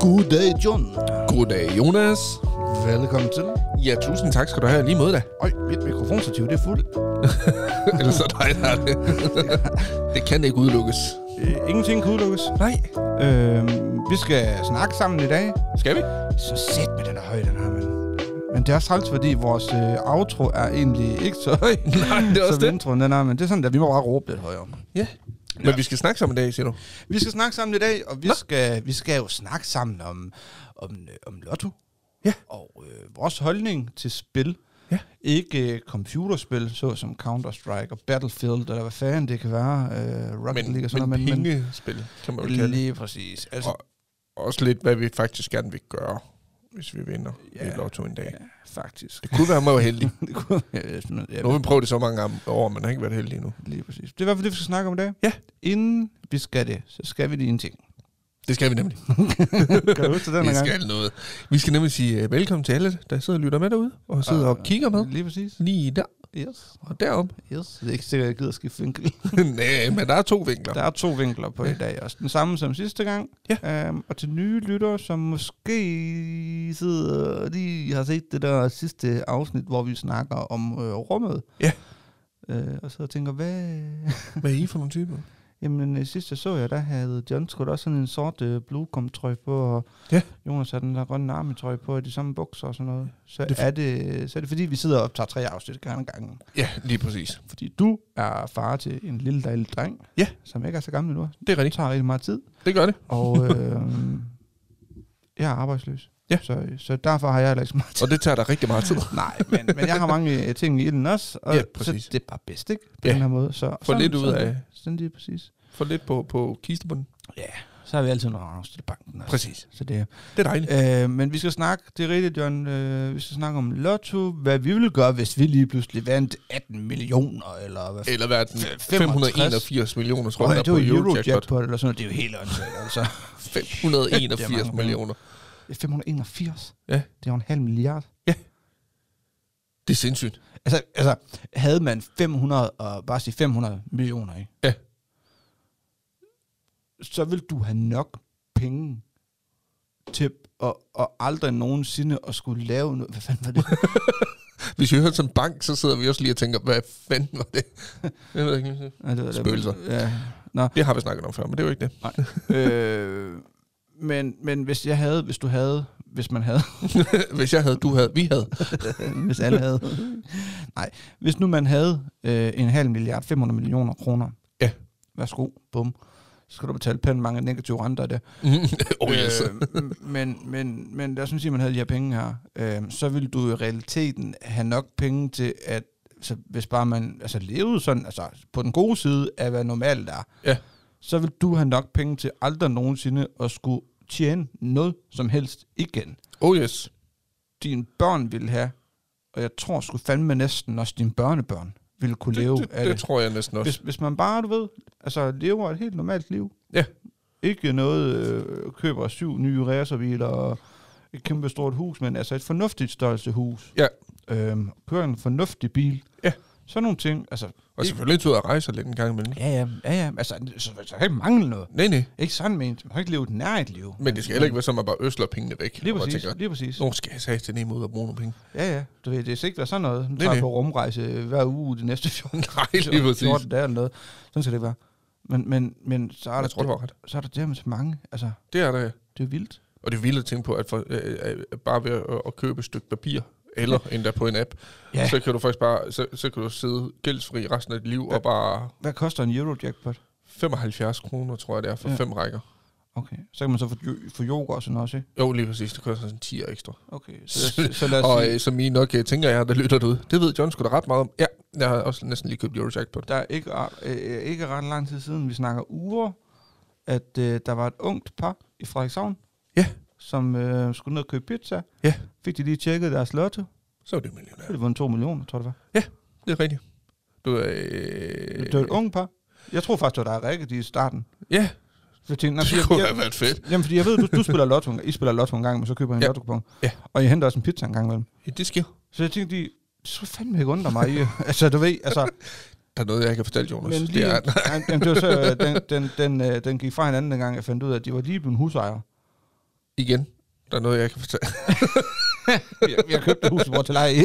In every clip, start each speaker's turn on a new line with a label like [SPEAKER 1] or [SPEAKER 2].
[SPEAKER 1] Goddag, John.
[SPEAKER 2] Goddag, Jonas.
[SPEAKER 1] Velkommen til.
[SPEAKER 2] Ja, tusind tak skal du have lige måde da.
[SPEAKER 1] Øj, mit mikrofonstativ, det er fuldt.
[SPEAKER 2] Ellers er dig, der er det. det kan ikke udelukkes.
[SPEAKER 1] Øh, ingenting kan udelukkes.
[SPEAKER 2] Nej.
[SPEAKER 1] Øh, vi skal snakke sammen i dag.
[SPEAKER 2] Skal vi?
[SPEAKER 1] Så sæt med den er høj, den her, men... Men det er også træls, fordi vores øh, outro er egentlig ikke så høj.
[SPEAKER 2] Nej, det er også
[SPEAKER 1] som
[SPEAKER 2] det.
[SPEAKER 1] introen, den er, men det er sådan, at vi må bare råbe lidt højere.
[SPEAKER 2] Ja. Men vi skal snakke sammen i dag, siger du.
[SPEAKER 1] Vi skal snakke sammen i dag, og vi, skal, vi skal jo snakke sammen om, om, øh, om Lotto.
[SPEAKER 2] Ja.
[SPEAKER 1] Og øh, vores holdning til spil.
[SPEAKER 2] Ja.
[SPEAKER 1] Ikke øh, computerspil, såsom Counter-Strike og Battlefield, eller hvad fanden det kan være. Øh, Rocket
[SPEAKER 2] Men,
[SPEAKER 1] League og sådan
[SPEAKER 2] men
[SPEAKER 1] noget.
[SPEAKER 2] pengespil, kan man vel
[SPEAKER 1] men
[SPEAKER 2] kalde det.
[SPEAKER 1] lige præcis. Altså,
[SPEAKER 2] Og også lidt, hvad vi faktisk gerne vil gøre, hvis vi vinder ja. i lotto en dag.
[SPEAKER 1] ja, faktisk.
[SPEAKER 2] Det kunne være, at man var heldig.
[SPEAKER 1] Det kunne- ja, hvis man- ja,
[SPEAKER 2] Nu har vi prøvet det så mange gange over, men har ikke været heldig endnu.
[SPEAKER 1] lige præcis. Det er i hvert fald det, vi skal snakke om i dag.
[SPEAKER 2] Ja.
[SPEAKER 1] Inden vi skal det, så skal vi lige en ting.
[SPEAKER 2] Det skal vi nemlig.
[SPEAKER 1] Kan du huske det den
[SPEAKER 2] Vi
[SPEAKER 1] her
[SPEAKER 2] skal noget. Vi skal nemlig sige øh, velkommen til alle, der sidder og lytter med derude, og
[SPEAKER 1] Ah.
[SPEAKER 2] sidder og kigger med.
[SPEAKER 1] gang? Lige præcis.
[SPEAKER 2] Lige der
[SPEAKER 1] Yes.
[SPEAKER 2] og deroppe.
[SPEAKER 1] yes. Det er ikke sikkert, at jeg gider skifte vinkel.
[SPEAKER 2] Nej, men der er to vinkler.
[SPEAKER 1] Der er to vinkler på ja. i dag også. Den samme som sidste gang. Ja. Um, og til nye lyttere, som måske sidder og lige har set det der sidste afsnit, hvor vi snakker om øh, rummet.
[SPEAKER 2] Ja.
[SPEAKER 1] Øh, og så tænker, hvad...
[SPEAKER 2] Hvad er I for nogle typer?
[SPEAKER 1] Jamen øh, sidst jeg så jer, der havde John sgu da også sådan en sort øh, bluekom trøje på, og
[SPEAKER 2] Ja.
[SPEAKER 1] Jonas har den der grønne arme trøje på, og de samme bukser og sådan noget. Så,
[SPEAKER 2] Det er
[SPEAKER 1] det er, det, så er det fordi, vi sidder og optager tre afsnit gerne gangen.
[SPEAKER 2] Ja, lige præcis.
[SPEAKER 1] Fordi du er far til en lille dejlig dreng,
[SPEAKER 2] Ja.
[SPEAKER 1] som ikke er så gammel nu.
[SPEAKER 2] Det er
[SPEAKER 1] Det
[SPEAKER 2] rigtigt.
[SPEAKER 1] tager rigtig meget tid.
[SPEAKER 2] Det gør det.
[SPEAKER 1] Og øh, jeg er arbejdsløs.
[SPEAKER 2] Ja.
[SPEAKER 1] Så, så derfor har jeg heller ikke så meget tid.
[SPEAKER 2] Og det tager dig rigtig meget tid.
[SPEAKER 1] Nej, men, men jeg har mange øh, ting i den også. Og
[SPEAKER 2] Ja,
[SPEAKER 1] så
[SPEAKER 2] præcis.
[SPEAKER 1] det er bare bedst, ikke? På
[SPEAKER 2] Ja.
[SPEAKER 1] den her måde. Så,
[SPEAKER 2] Få lidt ud
[SPEAKER 1] sådan,
[SPEAKER 2] af-
[SPEAKER 1] Sådan lige præcis.
[SPEAKER 2] For lidt på, på kistebunden.
[SPEAKER 1] Så har vi altid noget afsted i banken også.
[SPEAKER 2] Præcis.
[SPEAKER 1] Så det
[SPEAKER 2] Det er dejligt.
[SPEAKER 1] er. Øh, men vi skal snakke, det er rigtigt, John. Øh, vi skal snakke om lotto. Hvad vi ville gøre, hvis vi lige pludselig vandt 18 millioner, eller hvad
[SPEAKER 2] Eller hvad er den
[SPEAKER 1] 561
[SPEAKER 2] 581 millioner
[SPEAKER 1] Nå, ja,
[SPEAKER 2] runder
[SPEAKER 1] det
[SPEAKER 2] på
[SPEAKER 1] var
[SPEAKER 2] Eurojackpot.
[SPEAKER 1] Eurojackpot eller sådan noget. Det er jo helt åndssvagt, altså.
[SPEAKER 2] 581 millioner.
[SPEAKER 1] Det er 581.
[SPEAKER 2] Ja.
[SPEAKER 1] Det er jo en halv milliard.
[SPEAKER 2] Det er sindssygt.
[SPEAKER 1] Altså, altså havde man 500, og bare sige 500 millioner, ikke?
[SPEAKER 2] Ja.
[SPEAKER 1] Så vil du have nok penge til og, og aldrig nogensinde at skulle lave noget. Hvad fanden var det?
[SPEAKER 2] Hvis vi hører sådan en bank, så sidder vi også lige og tænker, hvad fanden var det? Jeg ved ikke.
[SPEAKER 1] Ja, det var det.
[SPEAKER 2] Spøgelser.
[SPEAKER 1] Ja. Nå.
[SPEAKER 2] Det har vi snakket om før, men det er jo ikke det.
[SPEAKER 1] Øh, men, men hvis jeg havde, hvis du havde, hvis man havde,
[SPEAKER 2] Hvis jeg havde, du havde, vi havde.
[SPEAKER 1] hvis alle havde. Nej, hvis nu man havde øh, en halv milliard, 500 millioner kroner.
[SPEAKER 2] Ja.
[SPEAKER 1] Værsgo, bum. Så skal du betale pænt mange negative renter af det.
[SPEAKER 2] oh yes.
[SPEAKER 1] øh, men, men, men lad os nu sige, at man havde de her penge her. Øh, så ville du i realiteten have nok penge til, at så hvis bare man altså, levede sådan, altså på den gode side af, hvad normalt er,
[SPEAKER 2] Ja.
[SPEAKER 1] så vil du have nok penge til aldrig nogensinde at skulle tjene noget som helst igen.
[SPEAKER 2] Oh yes.
[SPEAKER 1] Dine børn ville have, og jeg tror sgu fandme næsten også dine børnebørn ville kunne leve
[SPEAKER 2] Det, det,
[SPEAKER 1] af
[SPEAKER 2] det tror jeg næsten også.
[SPEAKER 1] hvis, hvis man bare, du ved, altså lever et helt normalt liv.
[SPEAKER 2] Ja.
[SPEAKER 1] Ikke noget, øh, køber syv nye racerbiler og et kæmpe stort hus, men altså et fornuftigt størrelse hus.
[SPEAKER 2] Ja.
[SPEAKER 1] Øhm, kører en fornuftig bil.
[SPEAKER 2] Ja.
[SPEAKER 1] Sådan nogle ting, altså...
[SPEAKER 2] Og selvfølgelig tog jeg rejser lidt en gang imellem.
[SPEAKER 1] Ja, ja, ja, ja. Altså, så, så kan ikke mangle noget.
[SPEAKER 2] Nej, nej.
[SPEAKER 1] Ikke sådan ment. Man kan ikke leve et nært liv. Altså,
[SPEAKER 2] Men det skal heller ikke være sådan, at man bare øsler pengene væk.
[SPEAKER 1] Lige
[SPEAKER 2] og bare
[SPEAKER 1] præcis,
[SPEAKER 2] tænker,
[SPEAKER 1] lige præcis.
[SPEAKER 2] Nogen skal jeg sagde til nemme ud og bruge nogle penge.
[SPEAKER 1] Ja, ja. Du ved, det skal ikke være sådan noget. Nu
[SPEAKER 2] Nej,
[SPEAKER 1] tager jeg
[SPEAKER 2] nej.
[SPEAKER 1] på rumrejse hver uge de næste 14
[SPEAKER 2] Nej, lige præcis.
[SPEAKER 1] 14 dage eller noget. Sådan skal det ikke være. Men, men, men så, er der,
[SPEAKER 2] Jeg tror, det var ret.
[SPEAKER 1] så er der det med så mange. Altså,
[SPEAKER 2] Det er det.
[SPEAKER 1] det er jo vildt.
[SPEAKER 2] Og det er vildt at tænke på, at for, øh, øh, bare ved at, at købe et stykke papir, eller endda på en app,
[SPEAKER 1] Ja.
[SPEAKER 2] ja. så kan du faktisk bare, så, så kan du sidde gældsfri resten af dit liv,
[SPEAKER 1] Ja.
[SPEAKER 2] og bare
[SPEAKER 1] Hvad koster en Eurojackpot?
[SPEAKER 2] 75 kroner, tror jeg det er, for
[SPEAKER 1] Ja.
[SPEAKER 2] ja. fem rækker.
[SPEAKER 1] Okay, så kan man så få, jo- få yoghurt og sådan også, ikke?
[SPEAKER 2] Jo, lige præcis, det koster sådan 10 ekstra.
[SPEAKER 1] Okay, så, så, så lad os
[SPEAKER 2] Og
[SPEAKER 1] sige,
[SPEAKER 2] øh, som I nok øh, tænker jeg, der lytter derude, det ved John sgu da ret meget om. Ja, jeg har også næsten lige købt Eurojackpot.
[SPEAKER 1] der er ikke, øh, ikke ret lang tid siden, vi snakker uger, at øh, der var et ungt par i Frederikshavn,
[SPEAKER 2] Ja.
[SPEAKER 1] som øh, skulle ned og købe pizza.
[SPEAKER 2] Ja.
[SPEAKER 1] Fik de lige tjekket deres lotto, så
[SPEAKER 2] Så er det millionær.
[SPEAKER 1] havde de vundet 2 millioner, tror jeg det var.
[SPEAKER 2] Det er rigtigt. Du er... Øh,
[SPEAKER 1] Det var et ungt par. Jeg tror faktisk, det var dig og Rikke, de i starten.
[SPEAKER 2] Ja,
[SPEAKER 1] Jeg tænkte, nej,
[SPEAKER 2] det
[SPEAKER 1] fordi jeg,
[SPEAKER 2] kunne
[SPEAKER 1] jeg,
[SPEAKER 2] have været fedt.
[SPEAKER 1] jamen, fordi jeg ved, du, du spiller lotto, en gang- I spiller lotto en gang, men så køber I en ja.
[SPEAKER 2] Ja.
[SPEAKER 1] lottokupon.
[SPEAKER 2] Ja.
[SPEAKER 1] Og I henter også en pizza en gang imellem.
[SPEAKER 2] Ja, det sker.
[SPEAKER 1] Så jeg tænkte, de, så fandme ikke under mig. I, altså, du ved, altså,
[SPEAKER 2] Der er noget, jeg ikke har fortalt,
[SPEAKER 1] Men
[SPEAKER 2] Jonas. det
[SPEAKER 1] lige,
[SPEAKER 2] er,
[SPEAKER 1] nej, jamen, det var så, øh, den, den, den, øh, den gik fra hinanden, dengang jeg fandt ud af, at de var lige blevet husejere.
[SPEAKER 2] igen, der er noget, jeg kan fortælle.
[SPEAKER 1] jeg, jeg købte huset, hvor til leje i.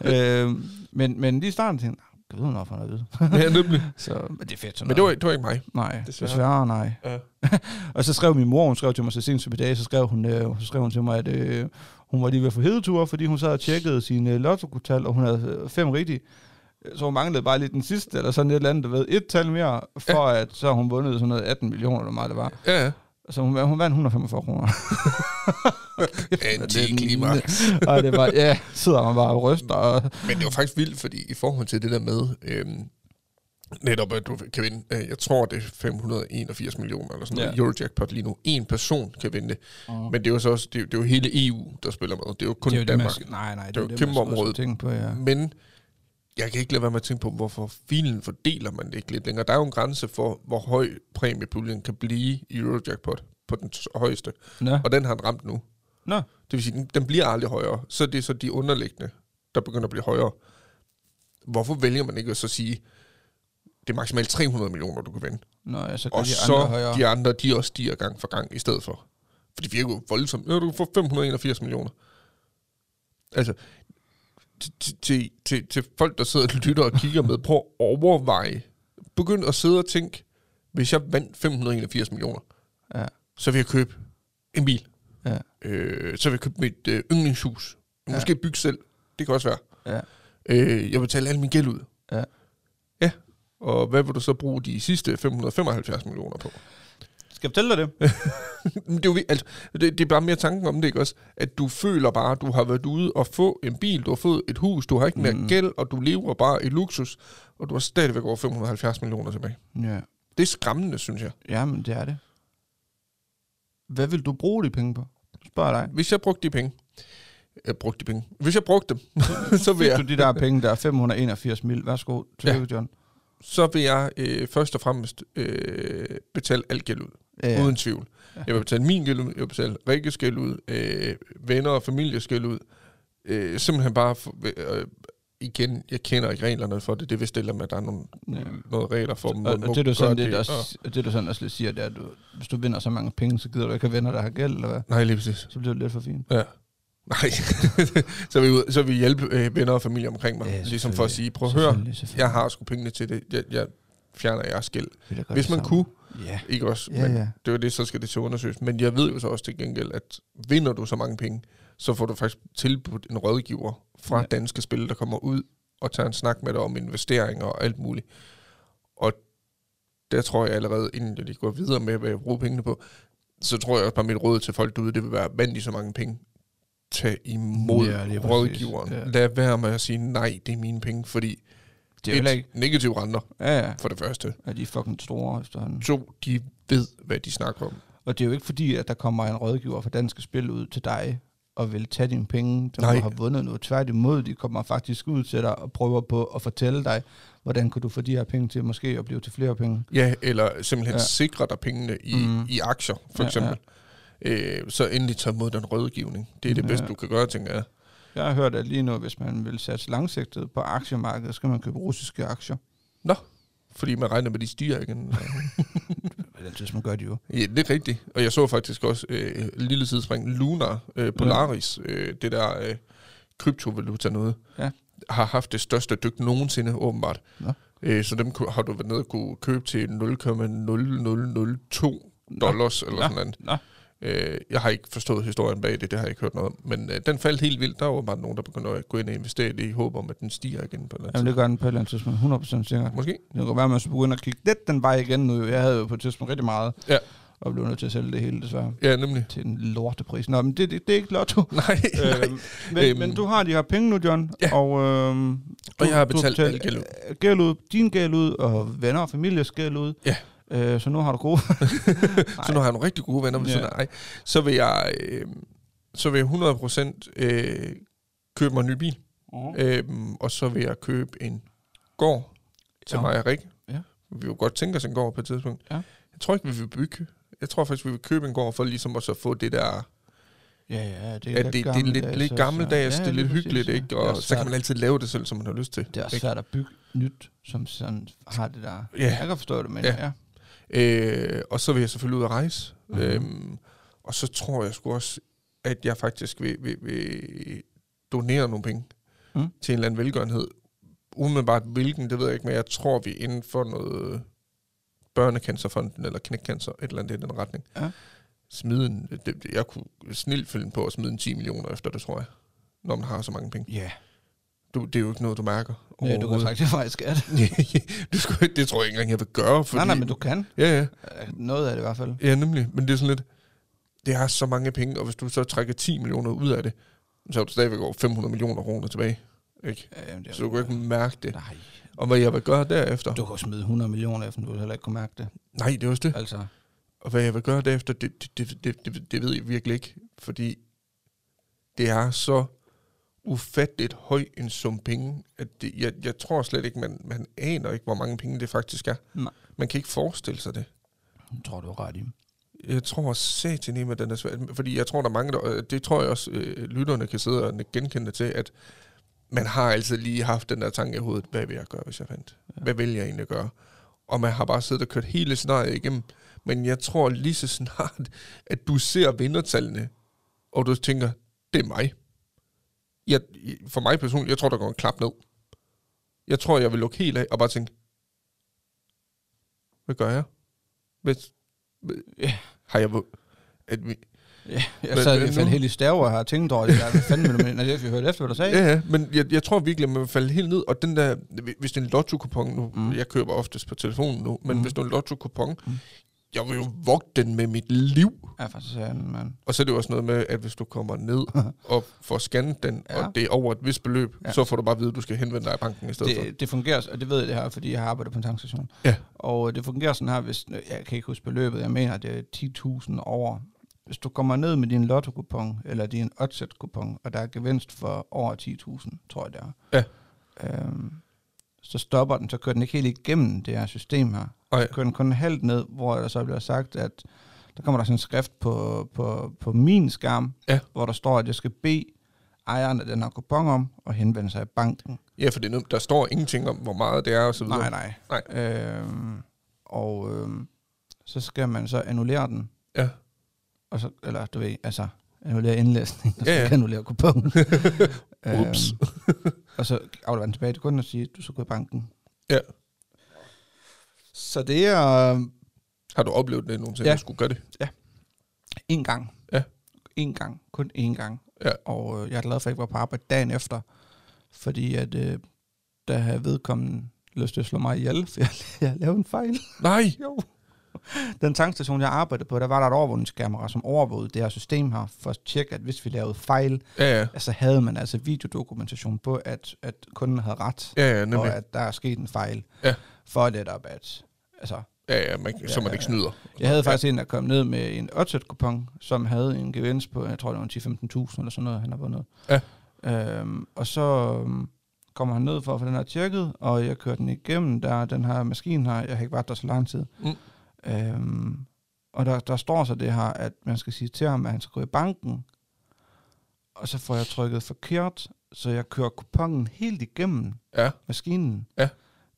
[SPEAKER 2] ja.
[SPEAKER 1] Øh, men, men lige i starten tænkte jeg, jeg ved nok for noget at vide.
[SPEAKER 2] ja, nemlig.
[SPEAKER 1] Så, men det er fedt sådan
[SPEAKER 2] Men det var, det var ikke mig.
[SPEAKER 1] Nej,
[SPEAKER 2] Desværre.
[SPEAKER 1] desværre, desværre nej.
[SPEAKER 2] Ja.
[SPEAKER 1] Ja. og så skrev min mor, hun skrev til mig så sent som i dag, så skrev hun, øh, så skrev hun til mig, at øh, hun var lige ved at få hedetur, fordi hun sad og tjekkede sine øh, lotto-tal, og hun havde øh, fem rigtige. Så hun manglede bare lige den sidste, eller sådan et eller andet, du ved, et tal mere, for at så hun vundet sådan noget 18 millioner, eller hvor meget det var.
[SPEAKER 2] Ja, ja.
[SPEAKER 1] Så hun, hun vandt 145 kroner.
[SPEAKER 2] Antiklimaks.
[SPEAKER 1] og det var, ja, sidder man bare og ryster. Og,
[SPEAKER 2] Men det var faktisk vildt, fordi i forhold til det der med, øhm, netop at du kan vinde, øh, jeg tror det er 581 millioner eller sådan noget,
[SPEAKER 1] Ja.
[SPEAKER 2] ja. Eurojackpot lige nu, en person kan vinde det.
[SPEAKER 1] og
[SPEAKER 2] Men det er jo så også, det er, jo- det er jo hele EU, der spiller med, det er jo kun
[SPEAKER 1] det er jo det, man
[SPEAKER 2] Danmark.
[SPEAKER 1] skal, nej, nej, det,
[SPEAKER 2] Det er
[SPEAKER 1] er
[SPEAKER 2] jo
[SPEAKER 1] det, man
[SPEAKER 2] kæmpe
[SPEAKER 1] skal
[SPEAKER 2] område. Mm.
[SPEAKER 1] også tænke på, ja.
[SPEAKER 2] Men jeg kan ikke lade være med at tænke på, hvorfor filen fordeler man det ikke lidt længere. Der er jo en grænse for, hvor høj præmiepuljen kan blive i Eurojackpot på den t- højeste,
[SPEAKER 1] Nå,
[SPEAKER 2] og den har den ramt nu.
[SPEAKER 1] nå,
[SPEAKER 2] Det vil sige, den, den bliver aldrig højere. Så det er så de underliggende, der begynder at blive højere. Hvorfor vælger man ikke at så sige, det er maksimalt 300 millioner, du kan vinde.
[SPEAKER 1] nå, ja, så går
[SPEAKER 2] Og
[SPEAKER 1] de
[SPEAKER 2] de så
[SPEAKER 1] andre
[SPEAKER 2] andre
[SPEAKER 1] højere.
[SPEAKER 2] de andre, de også stiger gang for gang i stedet for. For det virker jo voldsomt. Ja, du får 581 millioner. Altså, til- til- til, til, til folk, der sidder og lytter og kigger med, prøv at overveje. Begynd at sidde og tænke, hvis jeg vandt 581 millioner,
[SPEAKER 1] Ja.
[SPEAKER 2] så vil jeg købe en bil.
[SPEAKER 1] Ja.
[SPEAKER 2] Øh, så vil jeg købe mit øh, yndlingshus.
[SPEAKER 1] Ja.
[SPEAKER 2] Måske bygge selv. Det kan også være.
[SPEAKER 1] Ja.
[SPEAKER 2] Øh, jeg vil betale al min gæld ud.
[SPEAKER 1] Ja.
[SPEAKER 2] Ja. Og hvad vil du så bruge de sidste 575 millioner på?
[SPEAKER 1] Skal jeg fortælle dig det?
[SPEAKER 2] Men det, er jo, vi- altså, det, det er bare mere tanken om det, ikke også? At du føler bare, at du har været ude og få en bil, du har fået et hus, du har ikke mere mm.
[SPEAKER 1] Mm.
[SPEAKER 2] gæld, og du lever bare i luksus, og du har stadigvæk over 570 millioner tilbage.
[SPEAKER 1] Ja.
[SPEAKER 2] Det er skræmmende, synes jeg.
[SPEAKER 1] Jamen, det er det. Hvad vil du bruge de penge på? Spørg dig.
[SPEAKER 2] Hvis jeg brugte de penge, jeg brugte de penge. Hvis jeg brugte dem, så vil
[SPEAKER 1] Fik
[SPEAKER 2] jeg,
[SPEAKER 1] du de der penge, der er 581 mil. Værsgo, tillykke, ja. John.
[SPEAKER 2] så vil jeg øh, først og fremmest øh, betale alt gæld ud.
[SPEAKER 1] Ja,
[SPEAKER 2] Ja.
[SPEAKER 1] ja.
[SPEAKER 2] Uden tvivl. Jeg vil betale min gæld ud, jeg vil betale Rikkes gæld ud, øh, venner og families gæld ud. Øh, simpelthen bare, for, øh, igen, jeg kender ikke reglerne for det, det er vist det, at der er nogle, ja.
[SPEAKER 1] Ja.
[SPEAKER 2] nogle regler for, dem,
[SPEAKER 1] Og,
[SPEAKER 2] hvor
[SPEAKER 1] og
[SPEAKER 2] må
[SPEAKER 1] det, du
[SPEAKER 2] gøre
[SPEAKER 1] sådan, det, der,
[SPEAKER 2] og-
[SPEAKER 1] s- det, du sådan også lidt siger, det er, at du, hvis du vinder så mange penge, så gider du ikke have venner, der har gæld, eller hvad?
[SPEAKER 2] Nej, lige præcis.
[SPEAKER 1] Så bliver det lidt for fint.
[SPEAKER 2] Ja. Nej, så vil, jeg ud- så vil jeg hjælpe øh, venner og familie omkring mig, ja, ligesom for at sige, prøv at høre, jeg har sgu pengene til det, jeg, jeg fjerner jeres gæld. Hvis man kunne,
[SPEAKER 1] Ja.
[SPEAKER 2] ikke også,
[SPEAKER 1] Ja,
[SPEAKER 2] men
[SPEAKER 1] ja.
[SPEAKER 2] det var det, så skal det til undersøges. Men jeg ved jo så også til gengæld, at vinder du så mange penge, så får du faktisk tilbudt en rådgiver fra ja.
[SPEAKER 1] Ja.
[SPEAKER 2] danske spil, der kommer ud og tager en snak med dig om investeringer og alt muligt. Og der tror jeg allerede, inden jeg lige går videre med, hvad jeg bruger pengene på, så tror jeg også bare, mit råd til folk derude, det vil være, vand i så mange penge. Tag imod
[SPEAKER 1] Ja, lige
[SPEAKER 2] ja,
[SPEAKER 1] præcis.
[SPEAKER 2] rådgiveren. Ja.
[SPEAKER 1] Ja.
[SPEAKER 2] Lad være med at sige, nej, det er mine penge, fordi
[SPEAKER 1] Det er jo
[SPEAKER 2] et,
[SPEAKER 1] heller ikke...
[SPEAKER 2] negativ renter,
[SPEAKER 1] Ja, ja.
[SPEAKER 2] for det første.
[SPEAKER 1] At de er fucking store efterhånden.
[SPEAKER 2] To, de ved, hvad de snakker om.
[SPEAKER 1] Og det er jo ikke fordi, at der kommer en rådgiver fra Danske Spil ud til dig og vil tage dine penge, som
[SPEAKER 2] Nej.
[SPEAKER 1] du har vundet noget. Tværtimod, de kommer faktisk ud til dig og prøver på at fortælle dig, hvordan kunne du få de her penge til måske at blive til flere penge.
[SPEAKER 2] Ja, eller simpelthen ja.
[SPEAKER 1] Ja.
[SPEAKER 2] sikre dig pengene i, mm.
[SPEAKER 1] Mm.
[SPEAKER 2] i aktier, for
[SPEAKER 1] Ja, Mhm.
[SPEAKER 2] eksempel. Ja, ja. Øh, så endelig tage imod den rådgivning. Det er det ja.
[SPEAKER 1] Ja.
[SPEAKER 2] bedste, du kan gøre, tænker jeg.
[SPEAKER 1] Jeg har hørt, at lige nu, hvis man vil satse langsigtet på aktiemarkedet, skal man købe russiske aktier.
[SPEAKER 2] Fordi man regner med, at de stiger igen.
[SPEAKER 1] Eller det man gør de jo.
[SPEAKER 2] ja, det er rigtigt. Og jeg så faktisk også øh, lille sidespring Lunar, øh, Polaris, øh, det der øh, kryptovaluta noget,
[SPEAKER 1] Ja.
[SPEAKER 2] har haft det største dyk nogensinde, åbenbart.
[SPEAKER 1] Nå.
[SPEAKER 2] Øh, så dem ku- har du været nede og kunne købe til 0,0002 dollars eller
[SPEAKER 1] Nå.
[SPEAKER 2] sådan noget.
[SPEAKER 1] Nå.
[SPEAKER 2] Øh, jeg har ikke forstået historien bag det, det har jeg ikke hørt noget om. Men øh, den faldt helt vildt. Der var bare nogen, der begynder at gå ind og investere i det i håb om, at den stiger igen på et eller andet
[SPEAKER 1] Jamen, det gør den på et eller andet tidspunkt, 100% sikkert.
[SPEAKER 2] tidspunkt. Måske?
[SPEAKER 1] Det kan være, at man så begynder at kigge lidt den vej igen nu. Jeg havde jo på et tidspunkt rigtig meget,
[SPEAKER 2] Ja.
[SPEAKER 1] og blev nødt til at sælge det hele, desværre,
[SPEAKER 2] Ja, nemlig.
[SPEAKER 1] til en lortepris. Nå, men det, det, det er ikke lotto.
[SPEAKER 2] Nej, nej.
[SPEAKER 1] øhm, men,
[SPEAKER 2] Øhm.
[SPEAKER 1] øhm, men du har de her penge nu, John,
[SPEAKER 2] Ja.
[SPEAKER 1] ja. og, øhm, du,
[SPEAKER 2] Og jeg har
[SPEAKER 1] du
[SPEAKER 2] betalt
[SPEAKER 1] betalt
[SPEAKER 2] al gæld ud.
[SPEAKER 1] øh, gæld ud, din gæld ud, og venner og families gæld ud.
[SPEAKER 2] Ja.
[SPEAKER 1] Øh, så nu har du gode.
[SPEAKER 2] Så nu har jeg nogle rigtig gode venner ved
[SPEAKER 1] Ja.
[SPEAKER 2] siden af. Ej, Så vil jeg, øh, så vil jeg 100% øh, købe mig en ny bil. Øh, og så vil jeg købe en gård til
[SPEAKER 1] Ja.
[SPEAKER 2] mig og Rikke.
[SPEAKER 1] Ja.
[SPEAKER 2] Vi vil jo godt tænke os en gård på et tidspunkt.
[SPEAKER 1] Ja.
[SPEAKER 2] Jeg tror ikke, vi vil bygge. Jeg tror faktisk, vi vil købe en gård for ligesom at så få det der...
[SPEAKER 1] Ja, ja, det er,
[SPEAKER 2] at det, det er lidt, lidt gammeldags, det er lidt hyggeligt, ikke? Og så kan man
[SPEAKER 1] ikke...
[SPEAKER 2] altid lave det selv, som man har lyst til.
[SPEAKER 1] Det er også
[SPEAKER 2] ikke?
[SPEAKER 1] svært at bygge nyt, som sådan har det der.
[SPEAKER 2] Ja.
[SPEAKER 1] Jeg kan forstå det, men
[SPEAKER 2] Ja.
[SPEAKER 1] ja. ja.
[SPEAKER 2] Øh, og så vil jeg selvfølgelig ud og rejse.
[SPEAKER 1] Mhm.
[SPEAKER 2] Øhm, Og så tror jeg sgu også, at jeg faktisk vil, vil, vil donere nogle penge
[SPEAKER 1] Mm.
[SPEAKER 2] mm. til en eller anden velgørenhed. Umiddelbart hvilken, det ved jeg ikke, men jeg tror, vi er inden for noget børnecancerfonden eller knækcancer, et eller andet i den retning.
[SPEAKER 1] Ja.
[SPEAKER 2] Smide en, det- det, jeg kunne snilt finde på at smide en 10 millioner efter det, tror jeg. Når man har så mange penge.
[SPEAKER 1] Ja,
[SPEAKER 2] Du, det er jo ikke noget, du mærker.
[SPEAKER 1] øh, du kan
[SPEAKER 2] overhovedet.
[SPEAKER 1] trække det fra i skat.
[SPEAKER 2] du skulle, det tror jeg ikke engang, jeg vil gøre. Fordi,
[SPEAKER 1] Nej, nej, men du kan.
[SPEAKER 2] Ja, ja.
[SPEAKER 1] Øh, Noget af det i hvert fald.
[SPEAKER 2] Ja, nemlig. Men det er sådan lidt, det har så mange penge, og hvis du så trækker 10 millioner ud af det, så har du stadigvæk over 500 millioner kroner tilbage. Ikke?
[SPEAKER 1] Ja, jamen, det er
[SPEAKER 2] Så du kan jo ikke mærke det.
[SPEAKER 1] Nej,
[SPEAKER 2] Og hvad jeg vil gøre derefter?
[SPEAKER 1] du kan jo smide 100 millioner efter, du vil heller ikke kunne mærke det.
[SPEAKER 2] Nej, det er også det.
[SPEAKER 1] Altså,
[SPEAKER 2] Og hvad jeg vil gøre derefter, det, det, det, det, det, det ved jeg virkelig ikke. Fordi det er så ufatteligt høj en sum penge, at det, jeg, jeg tror slet ikke, man, man aner ikke, hvor mange penge det faktisk er.
[SPEAKER 1] Nej.
[SPEAKER 2] Man kan ikke forestille sig det.
[SPEAKER 1] jeg tror du er ret i.
[SPEAKER 2] Jeg tror satan at den er svær. Fordi jeg tror, der er mange, der, og det tror jeg også, øh, lytterne kan sidde og genkende til, at man har altid lige haft den der tanke i hovedet, hvad vil jeg gøre, hvis jeg fandt? Hvad vil jeg egentlig gøre? Og man har bare siddet og kørt hele scenariet igennem. Men jeg tror lige så snart, at du ser vindertallene, og du tænker, det er mig. Jeg, for mig personligt, jeg tror, der går en klap ned. Jeg tror, jeg vil lukke helt af og bare tænke, hvad gør jeg? Hvis,
[SPEAKER 1] Ja.
[SPEAKER 2] har jeg... vund- At vi,
[SPEAKER 1] Ja, jeg
[SPEAKER 2] Men-
[SPEAKER 1] sad lige
[SPEAKER 2] men
[SPEAKER 1] og faldt
[SPEAKER 2] nu-
[SPEAKER 1] helt i staver her og tænkte over det. der. Hvad fanden vil du mene? Er det, vi hørte efter, hvad du sagde?
[SPEAKER 2] Ja, ja, men jeg, jeg tror virkelig, at man vil falde helt ned. Og den der, hvis det er en lotto-kupon nu,
[SPEAKER 1] Mm.
[SPEAKER 2] mm. jeg køber oftest på telefonen nu, men
[SPEAKER 1] Mm.
[SPEAKER 2] mm. hvis det er en lotto-kupon,
[SPEAKER 1] Mm.
[SPEAKER 2] mm. jeg vil jo vogte den med mit liv.
[SPEAKER 1] Ja, for sådan, mand.
[SPEAKER 2] Og så er det jo også noget med, at hvis du kommer ned og får scannet den,
[SPEAKER 1] Ja.
[SPEAKER 2] ja. og det er over et vist beløb,
[SPEAKER 1] Ja.
[SPEAKER 2] ja. så får du bare at vide, at du skal henvende dig i banken i stedet det, for.
[SPEAKER 1] det, det fungerer, og det ved jeg det her, fordi jeg har arbejdet på en tankstation.
[SPEAKER 2] Ja.
[SPEAKER 1] Og øh, det fungerer sådan her, hvis, øh, jeg kan ikke huske beløbet, jeg mener, det er 10.000 over. Hvis du kommer ned med din lotto-kupon, eller din oddset-kupon, og der er gevinst for over 10.000, tror jeg det er. Ja. Øhm, så stopper den, så kører den ikke helt igennem det her system her.
[SPEAKER 2] Ej.
[SPEAKER 1] Så kører den kun halvt ned, hvor der så bliver sagt, at der kommer der sådan en skrift på, på, på min skærm,
[SPEAKER 2] Ja.
[SPEAKER 1] hvor der står, at jeg skal bede ejeren af den her kupon om at henvende sig i banken.
[SPEAKER 2] Ja, for det er nemt. der står ingenting om, hvor meget det er og så videre.
[SPEAKER 1] Nej, nej.
[SPEAKER 2] Nej.
[SPEAKER 1] Øhm, og øhm, så skal man så annullere den.
[SPEAKER 2] Ja.
[SPEAKER 1] Og så, eller du ved, altså annullere indlæsningen, og så
[SPEAKER 2] Ja, ja.
[SPEAKER 1] ja. annullere kuponen. Øhm,
[SPEAKER 2] Ups.
[SPEAKER 1] og så afleverer den tilbage til kunden og siger, du skal gå i banken.
[SPEAKER 2] Ja.
[SPEAKER 1] Så det er øh,
[SPEAKER 2] Har du oplevet det nogensinde,
[SPEAKER 1] Ja.
[SPEAKER 2] ja. at du skulle gøre det?
[SPEAKER 1] én gang.
[SPEAKER 2] Ja.
[SPEAKER 1] Én gang. Kun én gang.
[SPEAKER 2] Ja.
[SPEAKER 1] Og øh, jeg er glad for, at jeg ikke var på arbejde dagen efter, fordi at øh, der havde vedkommende lyst til at slå mig ihjel, for jeg, jeg lavede en fejl.
[SPEAKER 2] Nej!
[SPEAKER 1] Jo. Den tankstation, jeg arbejdede på, der var der et overvågningskamera, som overvågede det her system her, for at tjekke, at hvis vi lavede fejl,
[SPEAKER 2] Ja, ja.
[SPEAKER 1] så havde man altså videodokumentation på, at, at kunden havde ret,
[SPEAKER 2] Ja, ja,
[SPEAKER 1] og
[SPEAKER 2] nemlig.
[SPEAKER 1] at der er sket en fejl.
[SPEAKER 2] Ja.
[SPEAKER 1] For netop at... Altså,
[SPEAKER 2] Ja, ja, man, så
[SPEAKER 1] Ja,
[SPEAKER 2] man ikke snyder.
[SPEAKER 1] jeg havde faktisk en, der kom ned med en oddset kupon som havde en gevinst på, jeg tror, det var en 10-15.000 eller sådan noget, han har vundet.
[SPEAKER 2] Ja.
[SPEAKER 1] Øhm, og så øhm, kommer han ned for at få den her tjekket, og jeg kører den igennem, der er den her maskine her, jeg har ikke været der så lang tid.
[SPEAKER 2] Mm.
[SPEAKER 1] Øhm, og der, der står så det her, at man skal sige til ham, at han skal gå i banken, og så får jeg trykket forkert, så jeg kører kupongen helt igennem
[SPEAKER 2] Ja.
[SPEAKER 1] maskinen.
[SPEAKER 2] Ja.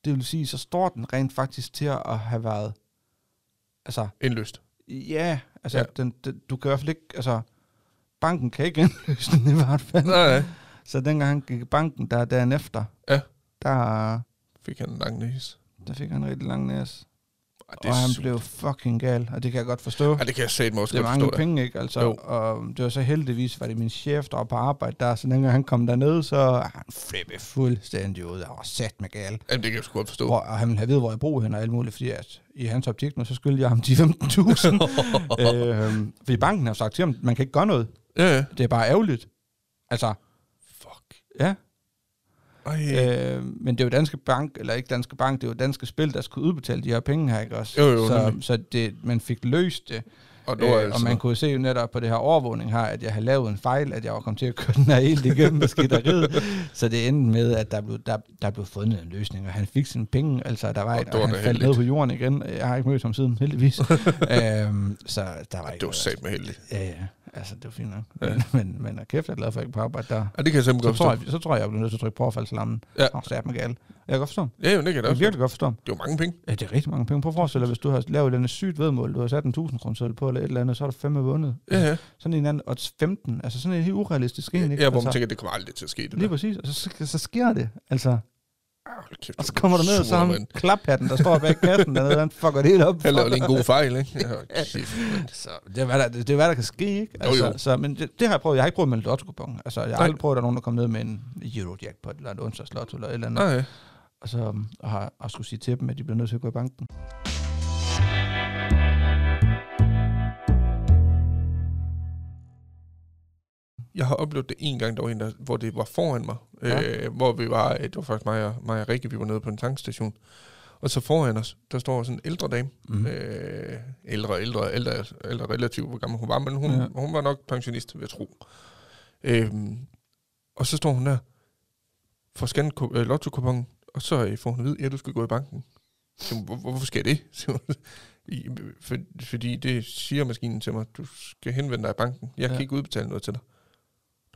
[SPEAKER 1] Det vil sige, så står den rent faktisk til at have været, altså
[SPEAKER 2] Indløst.
[SPEAKER 1] Ja, altså, ja.
[SPEAKER 2] Ja.
[SPEAKER 1] Den, den, du kan i hvert fald ikke, altså, banken kan ikke indløse den i hvert fald.
[SPEAKER 2] Nej, nej.
[SPEAKER 1] Så dengang han gik i banken, der dagen efter,
[SPEAKER 2] Ja.
[SPEAKER 1] der,
[SPEAKER 2] Fik han en lang næse.
[SPEAKER 1] der fik han en rigtig lang næse.
[SPEAKER 2] Ej,
[SPEAKER 1] Og han
[SPEAKER 2] sygt.
[SPEAKER 1] blev fucking gal, og det kan jeg godt forstå.
[SPEAKER 2] Ej, det kan jeg satme også
[SPEAKER 1] Det er
[SPEAKER 2] godt
[SPEAKER 1] mange
[SPEAKER 2] forstå dig.
[SPEAKER 1] penge, ikke? Altså,
[SPEAKER 2] Jo.
[SPEAKER 1] og det var så heldigvis, var det min chef, der var på arbejde der, så dengang han kom derned, så ah, han flippede fuldstændig ud og var sat med gal.
[SPEAKER 2] Jamen, det kan jeg sgu godt forstå.
[SPEAKER 1] Hvor, og han ville have ved, hvor jeg brug hende og alt muligt, fordi at i hans optik nu, så skyldte jeg ham de 15.000. øhm, fordi banken har jo sagt til ham, man kan ikke gøre noget.
[SPEAKER 2] Ja, ja.
[SPEAKER 1] Det er bare ærgerligt. Altså,
[SPEAKER 2] Fuck.
[SPEAKER 1] ja.
[SPEAKER 2] Ej. Øh,
[SPEAKER 1] Øh, men det er jo Danske Bank, eller ikke Danske Bank, det er jo Danske Spil, der skulle udbetale de her penge her, ikke også?
[SPEAKER 2] Jo, jo,
[SPEAKER 1] så
[SPEAKER 2] nemlig.
[SPEAKER 1] så det, man fik løst det,
[SPEAKER 2] og det var
[SPEAKER 1] øh, og
[SPEAKER 2] altså...
[SPEAKER 1] man kunne se jo netop på det her overvågning her, at jeg havde lavet en fejl, at jeg var kommet til at køre den her helt igennem skidteriet. så det endte med, at der blev, der, der blev fundet en løsning, og han fik sine penge, altså der var
[SPEAKER 2] Og
[SPEAKER 1] et,
[SPEAKER 2] det
[SPEAKER 1] og
[SPEAKER 2] var
[SPEAKER 1] han
[SPEAKER 2] da
[SPEAKER 1] faldt ned
[SPEAKER 2] heldigt.
[SPEAKER 1] på jorden igen. Jeg har ikke mødt ham siden, heldigvis. øhm, så der var
[SPEAKER 2] Ej,
[SPEAKER 1] ikke
[SPEAKER 2] det var satme heldigt.
[SPEAKER 1] Ja, ja. altså, det var fint nok.
[SPEAKER 2] Ja.
[SPEAKER 1] Ja. Men, men, men kæft, jeg er glad for, at jeg ikke på arbejde der.
[SPEAKER 2] Ja, det kan jeg simpelthen
[SPEAKER 1] Så
[SPEAKER 2] godt
[SPEAKER 1] tror,
[SPEAKER 2] forstå.
[SPEAKER 1] jeg, så tror jeg, jeg bliver nødt til at trykke påfaldsalarmen.
[SPEAKER 2] Ja.
[SPEAKER 1] Ja. Nå, så er man gal. Jeg kan godt forstå ham.
[SPEAKER 2] Ja, jo, det kan jeg da
[SPEAKER 1] Jeg kan
[SPEAKER 2] også.
[SPEAKER 1] virkelig godt forstå ham.
[SPEAKER 2] Det er jo mange penge.
[SPEAKER 1] Ja, det er rigtig mange penge. Prøv at forestille dig, hvis du har lavet et eller andet sygt vedmål, du har sat en 1000 kroner selv på eller et eller andet, så har du fandme vundet.
[SPEAKER 2] Ja, ja.
[SPEAKER 1] Sådan en anden, og 15, altså sådan en helt urealistisk en, ikke?
[SPEAKER 2] Ja, hvor man
[SPEAKER 1] altså,
[SPEAKER 2] tænker, det kommer aldrig til at ske, det
[SPEAKER 1] Lige
[SPEAKER 2] der.
[SPEAKER 1] præcis, og så, så sker det, altså.
[SPEAKER 2] Ah, hold kæft,
[SPEAKER 1] Og så
[SPEAKER 2] du er
[SPEAKER 1] kommer du ned, og så
[SPEAKER 2] sur,
[SPEAKER 1] har han
[SPEAKER 2] mand.
[SPEAKER 1] klaphatten, der står bag kassen, dernede, han fucker det hele op.
[SPEAKER 2] Han laver lige en god fejl, ikke? Ja, hold kæft, mand.
[SPEAKER 1] Så det er, hvad der, det er, hvad der kan ske, ikke?
[SPEAKER 2] Jo,
[SPEAKER 1] Altså,
[SPEAKER 2] jo.
[SPEAKER 1] Så, men det, det, har jeg prøvet. Jeg har ikke prøvet med en lotto Altså, jeg har
[SPEAKER 2] Nej.
[SPEAKER 1] aldrig prøvet, at der er nogen, der kom ned med en Eurojackpot, eller en onsdagslotto, eller et eller andet.
[SPEAKER 2] Nej, ja.
[SPEAKER 1] Og så um, og har og skulle sige til dem, at de bliver nødt til at gå i banken.
[SPEAKER 2] Jeg har oplevet det en gang, der var en, der, hvor det var foran mig. Ja.
[SPEAKER 1] Ja.
[SPEAKER 2] Øh, hvor vi var, øh, det var faktisk mig og, mig og Rikke, vi var nede på en tankstation. Og så foran os, der står sådan en ældre dame. Mm.
[SPEAKER 1] Mhm.
[SPEAKER 2] Øh, ældre, ældre, ældre, ældre relativt, hvor gammel hun var, men hun, ja.
[SPEAKER 1] Ja.
[SPEAKER 2] hun var nok pensionist, vil jeg tro. Øhm, og så står hun der, får scannet ko- øh, lotto og så øh, får hun at vide, ja, du skal gå i banken. Så, hvor, hvor- hvorfor skal jeg det? siger hun. "I- For, fordi det siger maskinen til mig, du skal henvende dig i banken. Jeg ja. kan
[SPEAKER 1] Ja.
[SPEAKER 2] ikke udbetale noget til dig.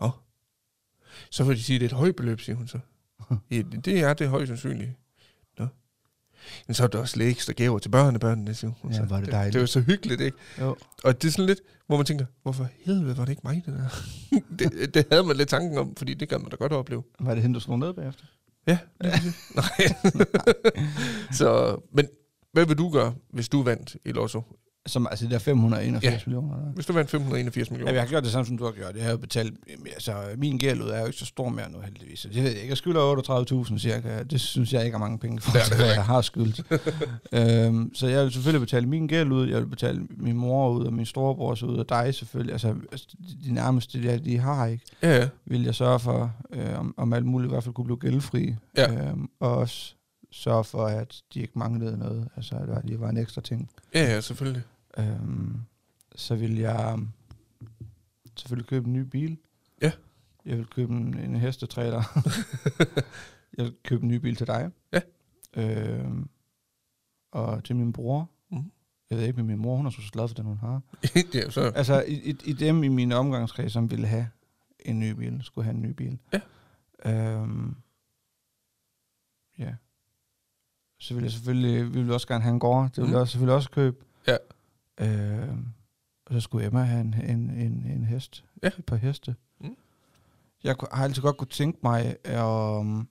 [SPEAKER 2] Nå. Så vil de sige, at det er et højt beløb, siger hun så. ja, det- det er det højst sandsynligt. Nå. Men så er der også lidt ekstra gaver til børnebørnene, siger hun.
[SPEAKER 1] Ja,
[SPEAKER 2] så.
[SPEAKER 1] hvor er det
[SPEAKER 2] Det,
[SPEAKER 1] dejligt.
[SPEAKER 2] det var så hyggeligt, ikke?
[SPEAKER 1] Jo.
[SPEAKER 2] Og det er sådan lidt, hvor man tænker, hvorfor helvede var det ikke mig, det der? det, det havde man lidt tanken om, fordi det kan man da godt opleve.
[SPEAKER 1] Var det hende, du slog ned bagefter?
[SPEAKER 2] Ja. lige præcis. Nej. så, men hvad vil du gøre, hvis du vandt i Lotto?
[SPEAKER 1] Som, altså de der 581
[SPEAKER 2] Ja.
[SPEAKER 1] ja. millioner. Eller?
[SPEAKER 2] Hvis du vandt 581 millioner?
[SPEAKER 1] Jamen, jeg har gjort det samme, som du har gjort. Jeg har jo betalt... jamen, Altså, min gælud er jo ikke så stor mere nu, heldigvis. Så Det ved jeg ikke. Jeg skylder 38.000 cirka. Det synes jeg ikke er mange penge for,
[SPEAKER 2] Det er det
[SPEAKER 1] hvad jeg har skyldt. øhm, så jeg vil selvfølgelig betale min gæld ud. Jeg vil betale min mor ud, og min storebrors ud, og dig selvfølgelig. Altså, altså, de- de nærmeste, de, de har ikke.
[SPEAKER 2] Ja, ja.
[SPEAKER 1] Vil jeg sørge for, øh, om, om alt muligt i hvert fald kunne blive gældfri.
[SPEAKER 2] Ja.
[SPEAKER 1] Øhm, og også sørge for, at de ikke manglede noget. Altså, at der lige var en ekstra ting.
[SPEAKER 2] Ja, ja, selvfølgelig.
[SPEAKER 1] Øhm, så vil jeg øhm, selvfølgelig købe en ny bil.
[SPEAKER 2] Ja.
[SPEAKER 1] Jeg vil købe en, en hestetræler. jeg vil købe en ny bil til dig.
[SPEAKER 2] Ja.
[SPEAKER 1] Øhm, og til min bror.
[SPEAKER 2] Mhm.
[SPEAKER 1] Jeg ved ikke, men min mor, hun er så glad for den, hun har.
[SPEAKER 2] ja, så,
[SPEAKER 1] Altså, i, i, i dem i min omgangskreds, som ville have en ny bil, skulle have en ny bil.
[SPEAKER 2] Ja.
[SPEAKER 1] Øhm, ja. Så ville jeg selvfølgelig, vi ville også gerne have en gård, det ville
[SPEAKER 2] Mm.
[SPEAKER 1] jeg også, selvfølgelig også købe.
[SPEAKER 2] Ja.
[SPEAKER 1] Øhm, og så skulle Emma have en, en, en, en hest,
[SPEAKER 2] Ja.
[SPEAKER 1] et par heste.
[SPEAKER 2] Mm.
[SPEAKER 1] Jeg kunne, har altid godt kunne tænke mig, øhm, om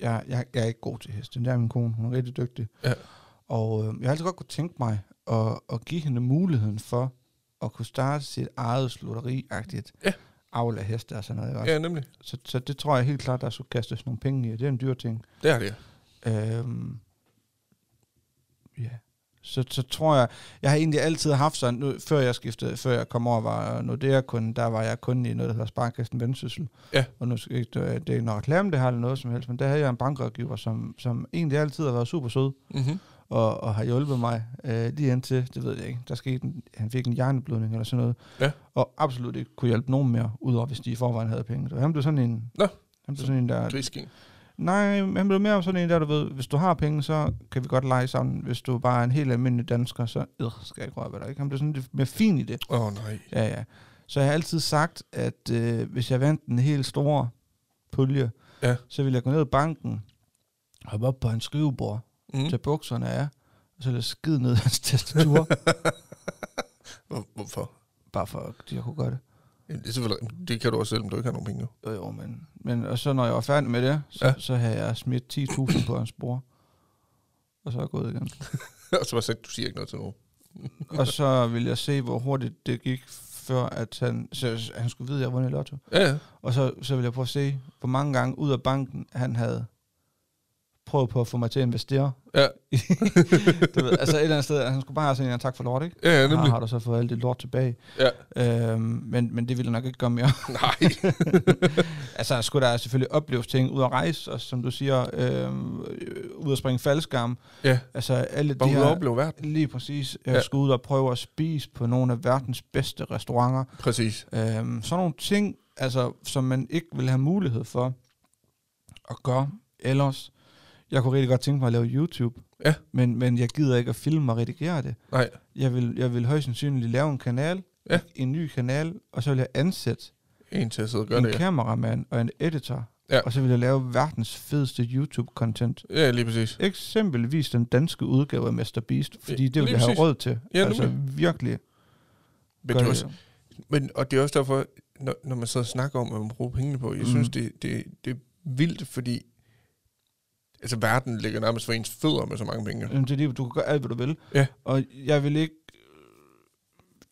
[SPEAKER 1] jeg, jeg, jeg er ikke god til heste, det er min kone, hun er rigtig dygtig.
[SPEAKER 2] Ja.
[SPEAKER 1] Og øh, jeg har altid godt kunne tænke mig at, at give hende muligheden for, at kunne starte sit eget slutteri-agtigt
[SPEAKER 2] Ja.
[SPEAKER 1] avl af heste og sådan noget. ikke Også.
[SPEAKER 2] ja, nemlig.
[SPEAKER 1] Så, så det tror jeg helt klart, der skulle kastes nogle penge i. Det er en dyr ting.
[SPEAKER 2] Det er det.
[SPEAKER 1] Øhm, ja. Så, så tror jeg, jeg har egentlig altid haft sådan, nu, før jeg skiftede, før jeg kom over, var Nordea kun, der var jeg kun i noget, der hedder Sparkassen Vendsyssel.
[SPEAKER 2] Ja.
[SPEAKER 1] Og nu skal jeg ikke, det er ikke noget reklame, det har eller noget som helst, men der havde jeg en bankrådgiver, som, som egentlig altid har været super sød
[SPEAKER 2] Mm-hmm.
[SPEAKER 1] og, og har hjulpet mig øh, lige indtil, det ved jeg ikke, der skete en, han fik en hjerneblødning eller sådan noget,
[SPEAKER 2] Ja.
[SPEAKER 1] og absolut ikke kunne hjælpe nogen mere, udover hvis de i forvejen havde penge. Så han blev sådan en...
[SPEAKER 2] Nå.
[SPEAKER 1] Han blev sådan en, der...
[SPEAKER 2] Grisking.
[SPEAKER 1] Nej, men han blev mere sådan en der, du ved, hvis du har penge, så kan vi godt lege sammen. Hvis du bare er en helt almindelig dansker, så øh, skal jeg ikke røre ved dig. Ikke? Han blev sådan lidt mere fin i det.
[SPEAKER 2] Åh, oh, nej.
[SPEAKER 1] Ja, ja. Så jeg har altid sagt, at øh, hvis jeg vandt en helt stor pulje,
[SPEAKER 2] Ja.
[SPEAKER 1] så ville jeg gå ned i banken, hoppe op på en skrivebord,
[SPEAKER 2] Mm.
[SPEAKER 1] mm. tage bukserne af, og så lade skide ned i hans tastatur,
[SPEAKER 2] Hvor- Hvorfor?
[SPEAKER 1] bare for at jeg kunne gøre det.
[SPEAKER 2] Jamen, det, er selvfølgelig, det kan du også selv, om du ikke har nogen penge. jo.
[SPEAKER 1] Jo, jo, men, men og så når jeg var færdig med det, så,
[SPEAKER 2] Ja.
[SPEAKER 1] ja. så havde jeg smidt 10.000 på hans bror. Og så er jeg gået igen.
[SPEAKER 2] Og så var sagt, du siger ikke noget til nogen.
[SPEAKER 1] Og så ville jeg se, hvor hurtigt det gik, før at han, så han skulle vide, at jeg havde vundet i lotto.
[SPEAKER 2] Ja, ja.
[SPEAKER 1] Og så, så ville jeg prøve at se, hvor mange gange ud af banken, han havde prøvet på at få mig til at investere.
[SPEAKER 2] Ja.
[SPEAKER 1] du ved, altså et eller andet sted, at han skulle bare have sådan en tak for lort, ikke?
[SPEAKER 2] Ja, ja,
[SPEAKER 1] Ja,
[SPEAKER 2] nemlig.
[SPEAKER 1] har du så fået alt det lort tilbage.
[SPEAKER 2] Ja.
[SPEAKER 1] Øhm, men, men det ville jeg nok ikke gøre mere.
[SPEAKER 2] Nej.
[SPEAKER 1] altså, skulle der selvfølgelig opleves ting ud at rejse, og som du siger, øhm, øh, ud at springe faldskærm.
[SPEAKER 2] Ja.
[SPEAKER 1] Altså, alle de
[SPEAKER 2] Bare ud og
[SPEAKER 1] her...
[SPEAKER 2] opleve verden.
[SPEAKER 1] Lige præcis. Jeg
[SPEAKER 2] Ja.
[SPEAKER 1] ja. skulle ud og prøve at spise på nogle af verdens bedste restauranter.
[SPEAKER 2] Præcis.
[SPEAKER 1] Øhm, sådan nogle ting, altså, som man ikke vil have mulighed for at gøre ellers. Jeg kunne rigtig godt tænke mig at lave YouTube,
[SPEAKER 2] Ja.
[SPEAKER 1] men, men jeg gider ikke at filme og redigere det.
[SPEAKER 2] Nej.
[SPEAKER 1] Jeg vil, jeg vil højst sandsynligt lave en kanal,
[SPEAKER 2] Ja.
[SPEAKER 1] en ny kanal, og så vil jeg ansætte
[SPEAKER 2] En til at sidde og gøre
[SPEAKER 1] en
[SPEAKER 2] det. ja.
[SPEAKER 1] kameramand og en editor,
[SPEAKER 2] Ja.
[SPEAKER 1] og så vil jeg lave verdens fedeste YouTube-content.
[SPEAKER 2] Ja, lige præcis.
[SPEAKER 1] Eksempelvis den danske udgave af Mr. Beast, fordi
[SPEAKER 2] Ja,
[SPEAKER 1] det vil
[SPEAKER 2] lige
[SPEAKER 1] jeg have
[SPEAKER 2] præcis.
[SPEAKER 1] råd til.
[SPEAKER 2] Ja,
[SPEAKER 1] altså virkelig.
[SPEAKER 2] Men
[SPEAKER 1] gør
[SPEAKER 2] det, er også, men, og det er også derfor, når, når man sidder og snakker om, hvad man bruger pengene på, jeg
[SPEAKER 1] Mm.
[SPEAKER 2] mm. synes, det, det, det er vildt, fordi altså, verden ligger nærmest for ens fødder med så mange penge.
[SPEAKER 1] Jamen, det er lige, du kan gøre alt, hvad du vil.
[SPEAKER 2] Ja.
[SPEAKER 1] Og jeg vil ikke...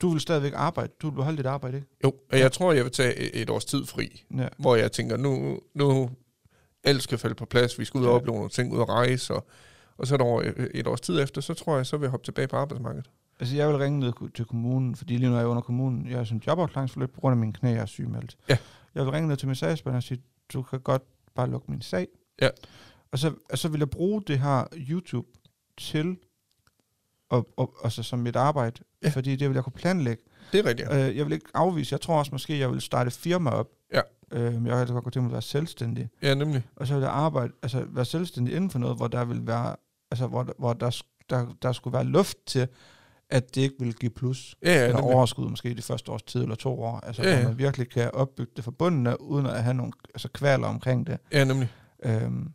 [SPEAKER 1] Du vil stadigvæk arbejde. Du vil beholde dit arbejde, ikke?
[SPEAKER 2] Jo, og jeg tror, jeg vil tage et- et års tid fri,
[SPEAKER 1] Ja.
[SPEAKER 2] hvor jeg tænker, nu, nu alt skal falde på plads, vi skal ud og
[SPEAKER 1] Ja.
[SPEAKER 2] opleve nogle ting, ud og rejse, og, og så er der over øh, et års tid efter, så tror jeg, så vil jeg hoppe tilbage på arbejdsmarkedet.
[SPEAKER 1] Altså, jeg vil ringe ned ku- til kommunen, fordi lige nu er jeg under kommunen. Jeg er som jobafklaringsforløb på grund af min knæ, jeg er sygemeldt.
[SPEAKER 2] Ja.
[SPEAKER 1] Jeg vil ringe ned til min sagsbehandler og sige, du kan godt bare lukke min sag.
[SPEAKER 2] Ja.
[SPEAKER 1] Og så, og så vil jeg bruge det her YouTube til, og, og, altså som mit arbejde,
[SPEAKER 2] Ja.
[SPEAKER 1] fordi det vil jeg kunne planlægge.
[SPEAKER 2] Det er rigtigt.
[SPEAKER 1] Ja. Øh, jeg vil ikke afvise, jeg tror også måske, jeg vil starte et firma op.
[SPEAKER 2] Ja.
[SPEAKER 1] Øh, men jeg kan altså godt gå til mig at være selvstændig.
[SPEAKER 2] Ja, nemlig.
[SPEAKER 1] Og så vil jeg arbejde, altså være selvstændig inden for noget, hvor der vil være, altså hvor, hvor der, sk- der, der skulle være luft til, at det ikke vil give plus.
[SPEAKER 2] Ja, ja,
[SPEAKER 1] Ja, eller
[SPEAKER 2] nemlig.
[SPEAKER 1] overskud måske i de første års tid eller to år. Altså
[SPEAKER 2] Ja,
[SPEAKER 1] ja, ja.
[SPEAKER 2] ja.
[SPEAKER 1] hvor man virkelig kan opbygge det fra bunden af, uden at have nogle altså, kvaler omkring det.
[SPEAKER 2] Ja, nemlig.
[SPEAKER 1] Øhm,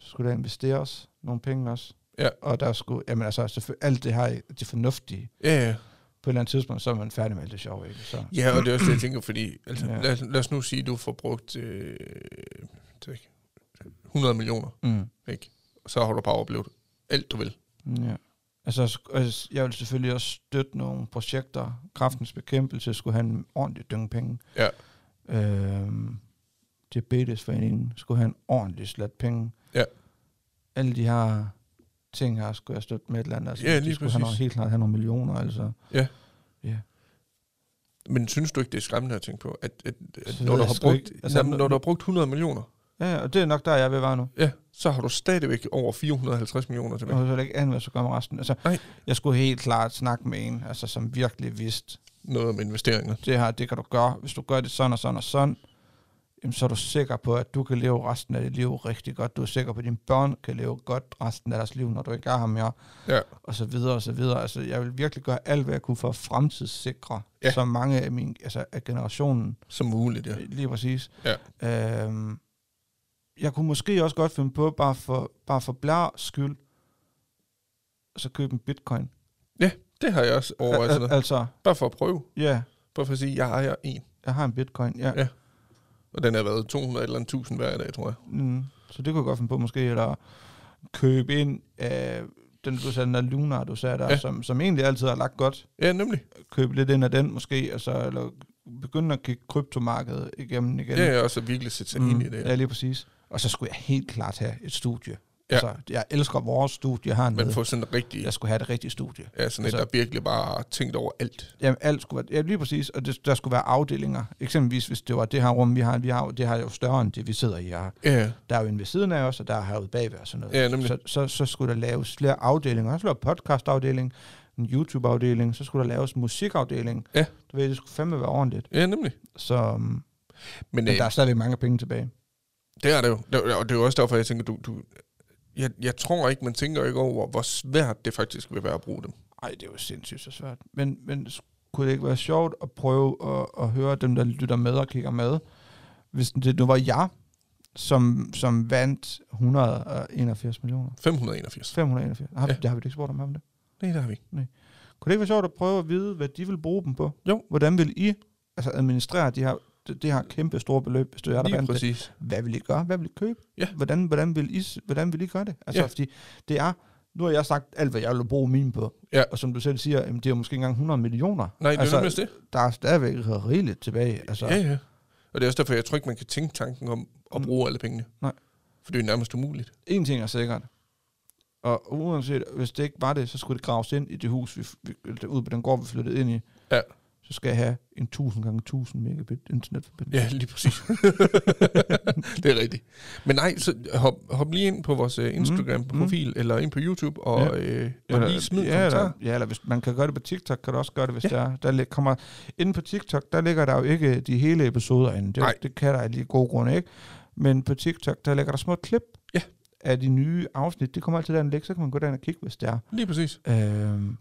[SPEAKER 1] så skulle der investeres nogle penge også.
[SPEAKER 2] Ja.
[SPEAKER 1] Og der skulle, jamen altså selvfølgelig alt det her, det fornuftige,
[SPEAKER 2] Ja, ja.
[SPEAKER 1] på et eller andet tidspunkt, så er man færdig med alt det sjove, ikke? Så,
[SPEAKER 2] Ja, og det er også det, jeg tænker, fordi altså,
[SPEAKER 1] Ja.
[SPEAKER 2] ja. lad, os- lad os nu sige, at du får brugt øh, det ved jeg ikke, 100 millioner,
[SPEAKER 1] mm.
[SPEAKER 2] ikke? og så har du bare oplevet alt, du vil.
[SPEAKER 1] Ja. Altså, sk- altså, jeg vil selvfølgelig også støtte nogle projekter. Kraftens bekæmpelse skulle have en ordentlig dynge penge.
[SPEAKER 2] Ja.
[SPEAKER 1] Øhm, Diabetesforeningen skulle have en ordentlig slat penge.
[SPEAKER 2] Ja.
[SPEAKER 1] Alle de her ting her skulle jeg støtte med et eller andet. Altså,
[SPEAKER 2] Ja,
[SPEAKER 1] de
[SPEAKER 2] lige
[SPEAKER 1] skulle have nogle,
[SPEAKER 2] præcis.
[SPEAKER 1] helt klart have nogle millioner, altså.
[SPEAKER 2] Men synes du ikke, det er skræmmende at tænke på, at, at, at
[SPEAKER 1] ved
[SPEAKER 2] når, du
[SPEAKER 1] jeg
[SPEAKER 2] har
[SPEAKER 1] sgu
[SPEAKER 2] brugt,
[SPEAKER 1] ikke. Altså,
[SPEAKER 2] altså, jamen,
[SPEAKER 1] når-
[SPEAKER 2] når du har brugt 100 millioner,
[SPEAKER 1] Ja, og det er nok der, jeg vil være nu.
[SPEAKER 2] ja, så har du stadigvæk over 450 millioner tilbage.
[SPEAKER 1] Og så ikke andet, hvad jeg skulle gøre med resten. Altså,
[SPEAKER 2] Nej.
[SPEAKER 1] jeg skulle helt klart snakke med en, altså, som virkelig vidste,
[SPEAKER 2] Noget om investeringer.
[SPEAKER 1] det her, det kan du gøre. Hvis du gør det sådan og sådan og sådan, jamen, så er du sikker på, at du kan leve resten af dit liv rigtig godt. Du er sikker på, at dine børn kan leve godt resten af deres liv, når du ikke er ham her,
[SPEAKER 2] Ja.
[SPEAKER 1] og så videre og så videre. Altså, jeg vil virkelig gøre alt, hvad jeg kunne for at fremtidssikre ja.
[SPEAKER 2] Ja.
[SPEAKER 1] så mange af, min, altså, af generationen.
[SPEAKER 2] Som muligt, ja.
[SPEAKER 1] Ja. Lige præcis. Ja. Øhm, jeg kunne måske også godt finde på, bare for, bare for blær skyld, så købe en bitcoin.
[SPEAKER 2] Det har jeg også overvejet.
[SPEAKER 1] Al- al-
[SPEAKER 2] sådan noget.
[SPEAKER 1] altså,
[SPEAKER 2] Bare for at prøve.
[SPEAKER 1] ja,
[SPEAKER 2] Bare for at sige, jeg ejer en.
[SPEAKER 1] jeg har en bitcoin, ja.
[SPEAKER 2] Og den har været 200 eller en 1000 hver dag, tror jeg.
[SPEAKER 1] Mm. Så det kunne jeg godt finde på måske, eller købe ind af den, du sagde, den der Luna, du sagde der, ja.
[SPEAKER 2] Ja.
[SPEAKER 1] som, som egentlig altid har lagt godt.
[SPEAKER 2] Ja, nemlig.
[SPEAKER 1] Købe lidt ind af den måske, og så eller begynde at kigge kryptomarkedet igennem igen. Mm.
[SPEAKER 2] Det har jeg også virkelig set sig ind i det.
[SPEAKER 1] Ja, lige præcis. Og så skulle jeg helt klart have et studie. Ja.
[SPEAKER 2] Ja.
[SPEAKER 1] Altså, jeg elsker vores studie hernede.
[SPEAKER 2] Man får sådan en rigtig...
[SPEAKER 1] Jeg skulle have det rigtige studie.
[SPEAKER 2] Ja, sådan et,
[SPEAKER 1] Altså-
[SPEAKER 2] der virkelig bare har tænkt over alt.
[SPEAKER 1] Jamen, alt skulle være, ja, lige præcis, og det, der skulle være afdelinger. Eksempelvis, hvis det var det her rum, vi har, vi har jo- det her er jo større end det, vi sidder i her.
[SPEAKER 2] Ja,
[SPEAKER 1] Der er jo en ved siden af os, og der er herude bagved og sådan noget.
[SPEAKER 2] ja nemlig.
[SPEAKER 1] så, så, så skulle der laves flere afdelinger. Der skulle være podcastafdeling, en YouTube-afdeling, så skulle der laves en musikafdeling.
[SPEAKER 2] Ja.
[SPEAKER 1] Du ved, det skulle fandme være ordentligt.
[SPEAKER 2] Ja, nemlig.
[SPEAKER 1] Så, øhm, men
[SPEAKER 2] Men, øh,
[SPEAKER 1] der er stadigvæk mange penge tilbage.
[SPEAKER 2] det er det jo. Det, og det er jo også derfor, jeg tænker, du... du jeg, jeg tror ikke, man tænker ikke over, hvor svært det faktisk vil være at bruge dem.
[SPEAKER 1] Ej, det er jo sindssygt så svært. Men, men kunne det ikke være sjovt at prøve at, at høre dem, der lytter med og kigger med? Hvis det nu var jeg, som, som vandt 181 millioner.
[SPEAKER 2] 581.
[SPEAKER 1] 581. Har, ja.
[SPEAKER 2] Ja.
[SPEAKER 1] Det har vi da ikke spurgt om, har vi det?
[SPEAKER 2] Nej, det har vi ikke.
[SPEAKER 1] Kunne det ikke være sjovt at prøve at vide, hvad de vil bruge dem på?
[SPEAKER 2] Jo.
[SPEAKER 1] Hvordan vil I altså, administrere de her, det, det her kæmpe store beløb, hvis du er der
[SPEAKER 2] Lige
[SPEAKER 1] vandt det?
[SPEAKER 2] præcis.
[SPEAKER 1] Hvad vil I gøre? Hvad vil I købe?
[SPEAKER 2] Ja.
[SPEAKER 1] Hvordan, hvordan, vil I, s- hvordan vil I gøre det? Altså,
[SPEAKER 2] Ja.
[SPEAKER 1] fordi det er, nu har jeg sagt alt, hvad jeg vil bruge min på.
[SPEAKER 2] Ja.
[SPEAKER 1] Og som du selv siger, jamen, det er jo måske ikke engang 100 millioner.
[SPEAKER 2] Nej,
[SPEAKER 1] altså,
[SPEAKER 2] det altså, er nemlig det.
[SPEAKER 1] Der er stadigvæk rigeligt tilbage. Altså,
[SPEAKER 2] Altså. Ja, ja. Og det er også derfor, jeg tror ikke, man kan tænke tanken om at
[SPEAKER 1] Mm.
[SPEAKER 2] bruge alle pengene.
[SPEAKER 1] Nej.
[SPEAKER 2] For det er jo nærmest umuligt.
[SPEAKER 1] En ting er sikkert. Og uanset, hvis det ikke var det, så skulle det graves ind i det hus, vi, vi eller ud på den gård, vi flyttede ind i.
[SPEAKER 2] Ja.
[SPEAKER 1] Så skal jeg have en 1000 gange 1000 megabit internetforbindelse.
[SPEAKER 2] Ja, lige præcis. det er rigtigt. Men nej, så hop, hop lige ind på vores uh, Instagram-profil, mm. eller ind på YouTube, og,
[SPEAKER 1] Ja.
[SPEAKER 2] ja. øh, og lige smid ja,
[SPEAKER 1] ja, eller,
[SPEAKER 2] kommentarer.
[SPEAKER 1] ja, eller hvis man kan gøre det på TikTok, kan du også gøre det, hvis ja.
[SPEAKER 2] Ja.
[SPEAKER 1] der, er- der lig- kommer... Inde på TikTok, der ligger der jo ikke de hele episoder inde. Det,
[SPEAKER 2] Nej.
[SPEAKER 1] det kan der af lige gode grunde ikke. Men på TikTok, der ligger der små klip
[SPEAKER 2] Ja.
[SPEAKER 1] af de nye afsnit, det kommer altid der en læk, så kan man gå derind og kigge, hvis det er.
[SPEAKER 2] Lige præcis.
[SPEAKER 1] Øh,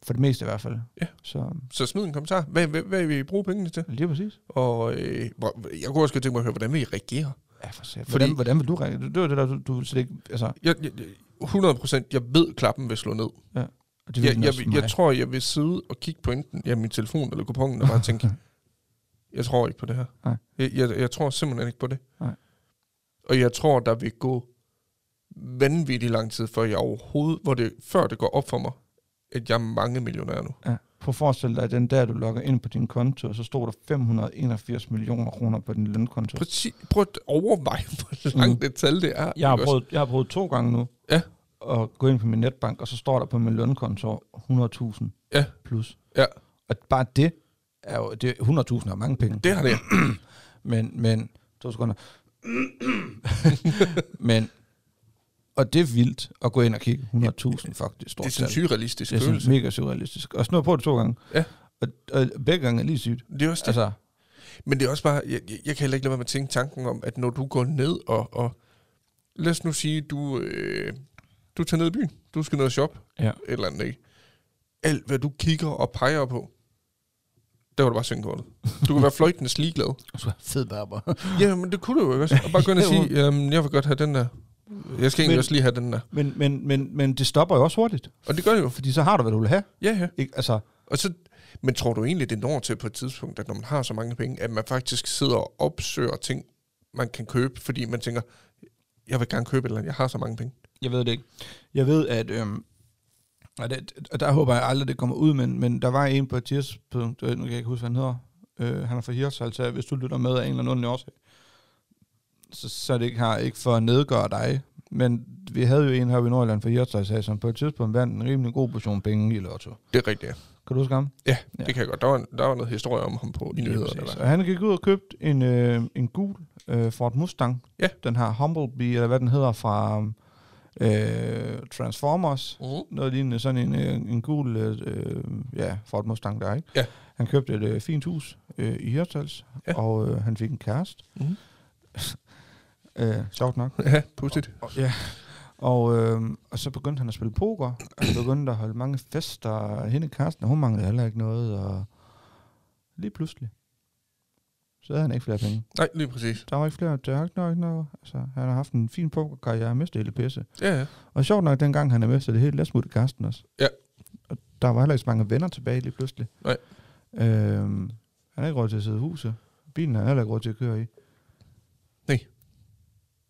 [SPEAKER 1] for det meste i hvert fald.
[SPEAKER 2] Ja.
[SPEAKER 1] Så
[SPEAKER 2] Så smid en kommentar. Hvad, hvad, hvad vil I bruge pengene til?
[SPEAKER 1] lige præcis.
[SPEAKER 2] Og øh, hvor- jeg kunne også godt tænke mig at høre, hvordan vil I reagere?
[SPEAKER 1] Ja, for Fordi,
[SPEAKER 2] Fordi-
[SPEAKER 1] hvordan, hvordan vil du reagere? Det var det der, du, du ville slet ikke... Altså,
[SPEAKER 2] Jeg, jeg, jeg- 100 procent, jeg ved, klappen vil slå ned.
[SPEAKER 1] det
[SPEAKER 2] Jeg, jeg, jeg, jeg tror, jeg vil sidde og kigge på enten ja, min telefon eller kupongen og bare tænke, jeg tror ikke på det her.
[SPEAKER 1] Nej.
[SPEAKER 2] Jeg, jeg, jeg tror simpelthen ikke på det.
[SPEAKER 1] Nej.
[SPEAKER 2] Og jeg tror, der vil gå vanvittig lang tid, før jeg overhovedet, hvor det, før det går op for mig, at jeg er mange millionær nu.
[SPEAKER 1] Ja. Prøv at forestille dig, at den der, du logger ind på din konto, så stod der 581 millioner kroner på din lønkonto.
[SPEAKER 2] Præcis, prøv at overveje, hvor langt
[SPEAKER 1] Mm.
[SPEAKER 2] mm. det tal det er.
[SPEAKER 1] Jeg har,
[SPEAKER 2] ikke også?
[SPEAKER 1] prøvet, jeg har prøvet to gange nu
[SPEAKER 2] Ja.
[SPEAKER 1] at gå ind på min netbank, og så står der på min lønkonto 100.000
[SPEAKER 2] Ja.
[SPEAKER 1] plus.
[SPEAKER 2] Ja.
[SPEAKER 1] Og bare det er jo... Det, 100.000 er jo mange penge.
[SPEAKER 2] Det har det.
[SPEAKER 1] Men, men, to sekunder. men, og det er vildt at gå ind og kigge 100.000, fuck, det er stort
[SPEAKER 2] Det er sådan en
[SPEAKER 1] tal.
[SPEAKER 2] surrealistisk
[SPEAKER 1] Det er
[SPEAKER 2] følelse.
[SPEAKER 1] sådan mega surrealistisk. Og snor på det to gange.
[SPEAKER 2] Ja.
[SPEAKER 1] Og, og begge gange er lige sygt.
[SPEAKER 2] Det er også det.
[SPEAKER 1] Altså,
[SPEAKER 2] Men det er også bare, jeg, jeg, jeg kan heller ikke lade være med at tænke tanken om, at når du går ned og, og lad os nu sige, du, øh, du tager ned i byen, du skal ned og shoppe,
[SPEAKER 1] Ja.
[SPEAKER 2] et eller andet, ikke? Alt, hvad du kigger og peger på, der var du bare synkortet. Du kan være fløjtende ligeglad.
[SPEAKER 1] fed barber.
[SPEAKER 2] Ja, men det kunne du jo også. Og bare gå ind og sige, jamen, jeg vil godt have den der. Jeg skal egentlig
[SPEAKER 1] Men-
[SPEAKER 2] også lige have den der.
[SPEAKER 1] Men, men, men, men det stopper jo også hurtigt.
[SPEAKER 2] Og det gør det jo.
[SPEAKER 1] Fordi så har du, hvad du vil have.
[SPEAKER 2] Ja, ja.
[SPEAKER 1] Ikke? Altså,
[SPEAKER 2] Og så, men tror du egentlig, det når til på et tidspunkt, at når man har så mange penge, at man faktisk sidder og opsøger ting, man kan købe, fordi man tænker, jeg vil gerne købe et eller andet, jeg har så mange penge.
[SPEAKER 1] jeg ved det ikke. Jeg ved, at... Øhm, og, det, og der håber jeg aldrig, det kommer ud, men, men der var en på et tidspunkt, øh, nu kan jeg ikke huske, hvad han hedder, øh, han er fra Hirtshals, så hvis du lytter med af en eller anden underlig årsag, så, så er det ikke, her, ikke for at nedgøre dig, men vi havde jo en her i Nordjylland fra Hirtshals, her, som på et tidspunkt vandt en rimelig god portion penge i lotto.
[SPEAKER 2] Det er rigtigt, ja.
[SPEAKER 1] Kan du huske ham? Ja.
[SPEAKER 2] ja. Det kan jeg godt. Der var, en- der var noget historie om ham på i
[SPEAKER 1] Lige
[SPEAKER 2] nyhederne.
[SPEAKER 1] præcis.
[SPEAKER 2] Eller.
[SPEAKER 1] Og han gik ud og købte en, øh, en gul øh, Ford Mustang.
[SPEAKER 2] Ja.
[SPEAKER 1] Den her Humblebee, eller hvad den hedder, fra øh, Transformers.
[SPEAKER 2] Mm.
[SPEAKER 1] Noget lignende sådan en, øh, en gul øh, ja, Ford Mustang der, ikke?
[SPEAKER 2] Ja.
[SPEAKER 1] Han købte et øh, fint hus øh, i Hirtshals,
[SPEAKER 2] Ja.
[SPEAKER 1] og øh, han fik en kæreste.
[SPEAKER 2] Mhm.
[SPEAKER 1] øh, sjovt nok.
[SPEAKER 2] Ja, pudsigt.
[SPEAKER 1] Og, ja. Og, øh, og så begyndte han at spille poker, og han begyndte at holde mange fester, og hende Karsten, hun manglede heller ikke noget, og lige pludselig, så havde han ikke flere penge.
[SPEAKER 2] Nej, lige præcis.
[SPEAKER 1] Der var ikke flere, der var ikke noget, ikke noget. Altså, han har haft en fin pokerkarriere, mistet hele pisse.
[SPEAKER 2] Ja, ja.
[SPEAKER 1] Og sjovt nok, dengang han er mistet det hele, der smuttede Karsten også.
[SPEAKER 2] Ja.
[SPEAKER 1] Og der var heller ikke så mange venner tilbage lige pludselig.
[SPEAKER 2] Nej.
[SPEAKER 1] Øhm, han har ikke råd til at sidde i huset. Bilen har han heller ikke råd til at køre i.
[SPEAKER 2] Nej.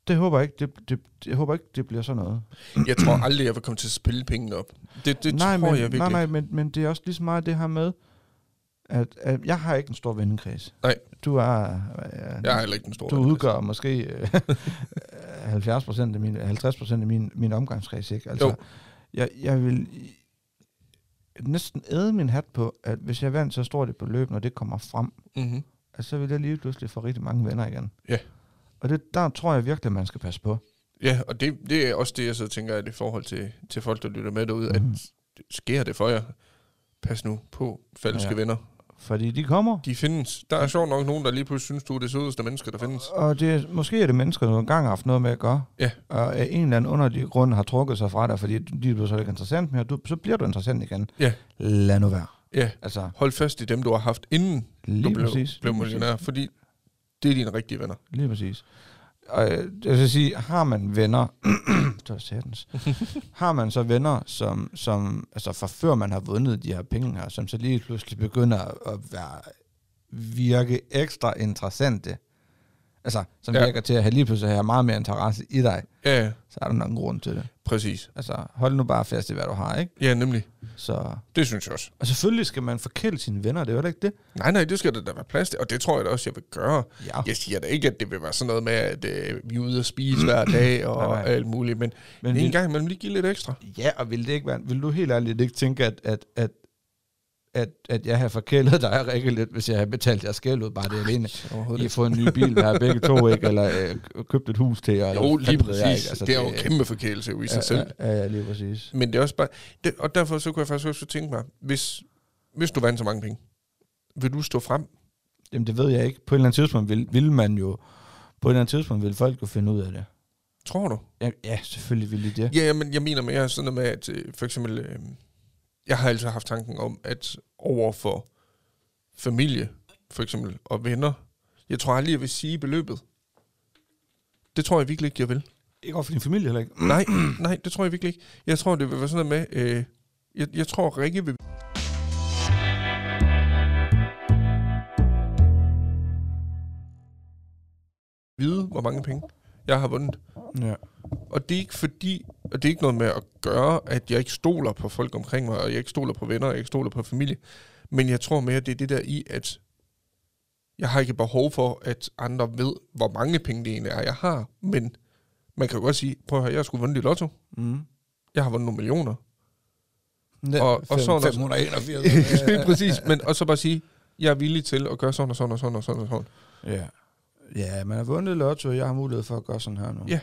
[SPEAKER 1] Det håber jeg ikke, det, det, det, jeg håber ikke, det bliver sådan noget.
[SPEAKER 2] Jeg tror aldrig, jeg vil komme til at spille pengene op. Det, det nej, tror
[SPEAKER 1] men,
[SPEAKER 2] jeg virkelig
[SPEAKER 1] Nej, nej,
[SPEAKER 2] ikke.
[SPEAKER 1] men, men det er også lige så meget det her med, at, at jeg har ikke en stor vennekreds.
[SPEAKER 2] Nej.
[SPEAKER 1] Du er... Øh,
[SPEAKER 2] Jeg er heller ikke den store. altså.
[SPEAKER 1] du
[SPEAKER 2] vennekreds.
[SPEAKER 1] udgør måske øh, 70 procent af min, 50 procent af min, min omgangskreds, ikke? Altså,
[SPEAKER 2] Jo.
[SPEAKER 1] Jeg, jeg vil i- næsten æde min hat på, at hvis jeg vandt så stort et beløb, når det kommer frem,
[SPEAKER 2] Mhm.
[SPEAKER 1] at så vil jeg lige pludselig få rigtig mange venner igen.
[SPEAKER 2] Ja.
[SPEAKER 1] Og det, der tror jeg virkelig, man skal passe på.
[SPEAKER 2] Ja, og det, det er også det, jeg så tænker, at i forhold til, til folk, der lytter med derude,
[SPEAKER 1] Mhm.
[SPEAKER 2] mm. at sker det for jer? Pas nu på falske
[SPEAKER 1] Ja.
[SPEAKER 2] ja. venner.
[SPEAKER 1] Fordi de kommer,
[SPEAKER 2] De findes. Der er sjovt nok nogen, der lige pludselig synes, du er det sødeste menneske, der findes.
[SPEAKER 1] Og det, er- måske er det mennesker, der engang har haft noget med at gøre.
[SPEAKER 2] Ja.
[SPEAKER 1] Og af en eller anden underlig grund har trukket sig fra dig, fordi de bliver så ikke interessant mere. Du, så bliver du interessant igen.
[SPEAKER 2] Ja.
[SPEAKER 1] Lad nu være.
[SPEAKER 2] Ja,
[SPEAKER 1] Altså,
[SPEAKER 2] hold fast i dem, du har haft, inden
[SPEAKER 1] lige
[SPEAKER 2] du blev,
[SPEAKER 1] præcis.
[SPEAKER 2] blev
[SPEAKER 1] lige præcis.
[SPEAKER 2] millionær, fordi det er dine rigtige venner.
[SPEAKER 1] Lige præcis. Og øh, jeg vil sige, har man venner, det var satans, har man så venner, som, som altså fra før man har vundet de her penge her, som så lige pludselig begynder at være, virke ekstra interessante, altså som ja.
[SPEAKER 2] Ja.
[SPEAKER 1] virker til at have lige pludselig have meget mere interesse i dig,
[SPEAKER 2] Ja, ja,
[SPEAKER 1] så er der nok en grund til det.
[SPEAKER 2] præcis.
[SPEAKER 1] Altså, hold nu bare fast i, hvad du har, ikke?
[SPEAKER 2] Ja, nemlig.
[SPEAKER 1] Så,
[SPEAKER 2] Det synes jeg også.
[SPEAKER 1] og selvfølgelig skal man forkæle sine venner, det er jo heller ikke det.
[SPEAKER 2] Nej, nej, det skal der da være plads til, og det tror jeg da også, jeg vil gøre.
[SPEAKER 1] Ja.
[SPEAKER 2] Jeg siger da ikke, at det vil være sådan noget med, at øh, vi er ude og spise hver dag og
[SPEAKER 1] Nej, nej.
[SPEAKER 2] alt muligt, men,
[SPEAKER 1] Men
[SPEAKER 2] en
[SPEAKER 1] vil,
[SPEAKER 2] gang imellem lige give lidt ekstra.
[SPEAKER 1] ja, og vil det ikke være, vil du helt ærligt ikke tænke, at, at, at, at, at jeg har forkælet dig rigtig lidt, hvis jeg har betalt jeres skæld ud, bare det alene. I
[SPEAKER 2] Overhovedet
[SPEAKER 1] har
[SPEAKER 2] ikke.
[SPEAKER 1] fået en ny bil, der har begge to, ikke? Eller øh, købt et hus til jer. eller hvad
[SPEAKER 2] Jo, lige
[SPEAKER 1] fanden ved
[SPEAKER 2] præcis.
[SPEAKER 1] jeg,
[SPEAKER 2] altså, det er jo en kæmpe forkælelse jo i sig
[SPEAKER 1] ja,
[SPEAKER 2] selv.
[SPEAKER 1] Ja, ja, lige præcis.
[SPEAKER 2] Men det er også bare... Det, og derfor så kunne jeg faktisk også tænke mig, hvis, hvis du vandt så mange penge, vil du stå frem?
[SPEAKER 1] Jamen, det ved jeg ikke. På et eller andet tidspunkt vil, vil man jo... På et eller andet tidspunkt vil folk jo finde ud af det.
[SPEAKER 2] Tror du?
[SPEAKER 1] Ja, ja selvfølgelig ville de det.
[SPEAKER 2] Ja, men jeg mener mere sådan noget med, at øh, for eksempel, øh, jeg har altid haft tanken om, at over for familie, for eksempel, og venner, jeg tror aldrig, jeg vil sige beløbet. Det tror jeg virkelig ikke, jeg vil.
[SPEAKER 1] Ikke over for din familie heller ikke.
[SPEAKER 2] Nej, nej, det tror jeg virkelig ikke. Jeg tror, det vil være sådan noget med, øh, jeg, jeg tror, Rikke vil... vide, hvor mange penge jeg har vundet.
[SPEAKER 1] Ja.
[SPEAKER 2] Og det er ikke fordi, og det er ikke noget med at gøre, at jeg ikke stoler på folk omkring mig, og jeg ikke stoler på venner, og jeg ikke stoler på familie. Men jeg tror mere, at det er det der i, at jeg har ikke behov for, at andre ved, hvor mange penge det egentlig er, jeg har. Men man kan jo godt sige, prøv at høre, jeg skulle vundet i lotto.
[SPEAKER 1] Mm.
[SPEAKER 2] Jeg har vundet nogle millioner.
[SPEAKER 1] Ja,
[SPEAKER 2] Og- og så er der-
[SPEAKER 1] 581.
[SPEAKER 2] Lige præcis. Men, og så bare sige, jeg er villig til at gøre sådan og sådan og sådan og sådan og sådan.
[SPEAKER 1] ja. ja, man har vundet lotto, og jeg har mulighed for at gøre sådan her nu.
[SPEAKER 2] Ja.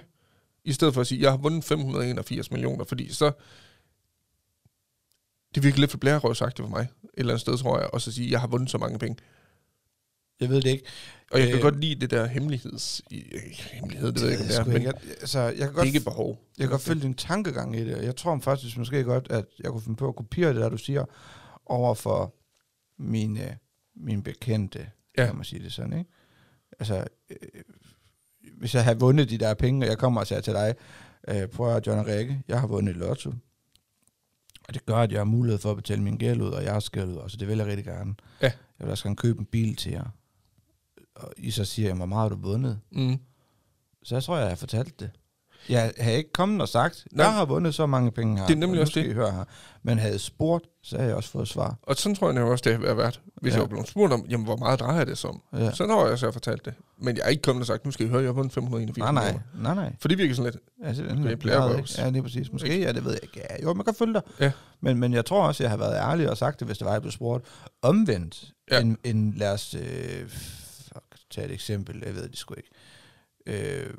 [SPEAKER 2] I stedet for at sige, jeg har vundet 581 millioner, fordi så... Det virker lidt for blærerøvsagtigt for mig, et eller andet sted, tror jeg, og så sige, jeg har vundet så mange penge.
[SPEAKER 1] Jeg ved det ikke.
[SPEAKER 2] Og jeg kan
[SPEAKER 1] Øh.
[SPEAKER 2] godt lide det der hemmeligheds... i- øh, Hemmelighed, det ved jeg ikke, om det er,
[SPEAKER 1] sgu
[SPEAKER 2] men
[SPEAKER 1] ikke.
[SPEAKER 2] det
[SPEAKER 1] Jeg- altså, jeg kan
[SPEAKER 2] er
[SPEAKER 1] godt,
[SPEAKER 2] ikke et behov.
[SPEAKER 1] jeg kan godt følge din tankegang i det. og Jeg tror faktisk måske godt, at jeg kunne finde på at kopiere det, der du siger, over for mine, mine bekendte,
[SPEAKER 2] Ja.
[SPEAKER 1] ja. kan man sige det sådan, ikke? Altså, øh, hvis jeg havde vundet de der penge, og jeg kommer og siger til dig, øh, prøv at høre, John og Rikke, jeg har vundet i lotto. Og det gør, at jeg har mulighed for at betale min gæld ud, og jeg har skæld ud, og så det vil jeg rigtig gerne.
[SPEAKER 2] Ja.
[SPEAKER 1] Jeg vil også gerne købe en bil til jer. Og I så siger, jamen, hvor meget har du vundet?
[SPEAKER 2] Mm.
[SPEAKER 1] Så jeg tror, jeg har fortalt det. Jeg havde ikke kommet og sagt,
[SPEAKER 2] Nej.
[SPEAKER 1] jeg har vundet så mange penge her.
[SPEAKER 2] Det er nemlig
[SPEAKER 1] og nu
[SPEAKER 2] også
[SPEAKER 1] skal
[SPEAKER 2] det.
[SPEAKER 1] I høre her. Men havde jeg spurgt, så havde jeg også fået svar.
[SPEAKER 2] Og sådan tror jeg nemlig også, det har været. Hvis
[SPEAKER 1] Ja.
[SPEAKER 2] ja. jeg var blevet spurgt om, jamen, hvor meget drejer det som?
[SPEAKER 1] Ja.
[SPEAKER 2] Ja. Så har jeg så fortalt det. Men jeg er ikke kommet og sagt, nu skal I høre, jeg har vundet 581
[SPEAKER 1] Nej, nej, nej,
[SPEAKER 2] millioner.
[SPEAKER 1] nej.
[SPEAKER 2] For det virker sådan lidt,
[SPEAKER 1] Altså, det er
[SPEAKER 2] Måske
[SPEAKER 1] lidt
[SPEAKER 2] bliver
[SPEAKER 1] blæret,
[SPEAKER 2] røvs.
[SPEAKER 1] ikke? Ja, lige præcis. Måske, ja, det ved jeg ikke. Ja, jo, man kan følge dig.
[SPEAKER 2] Ja.
[SPEAKER 1] Men, men jeg tror også, jeg har været ærlig og sagt det, hvis det var, jeg blev spurgt. Omvendt,
[SPEAKER 2] Ja.
[SPEAKER 1] ja. end, end lad os øh, fuck, tage et eksempel. Jeg ved det sgu ikke. Øh,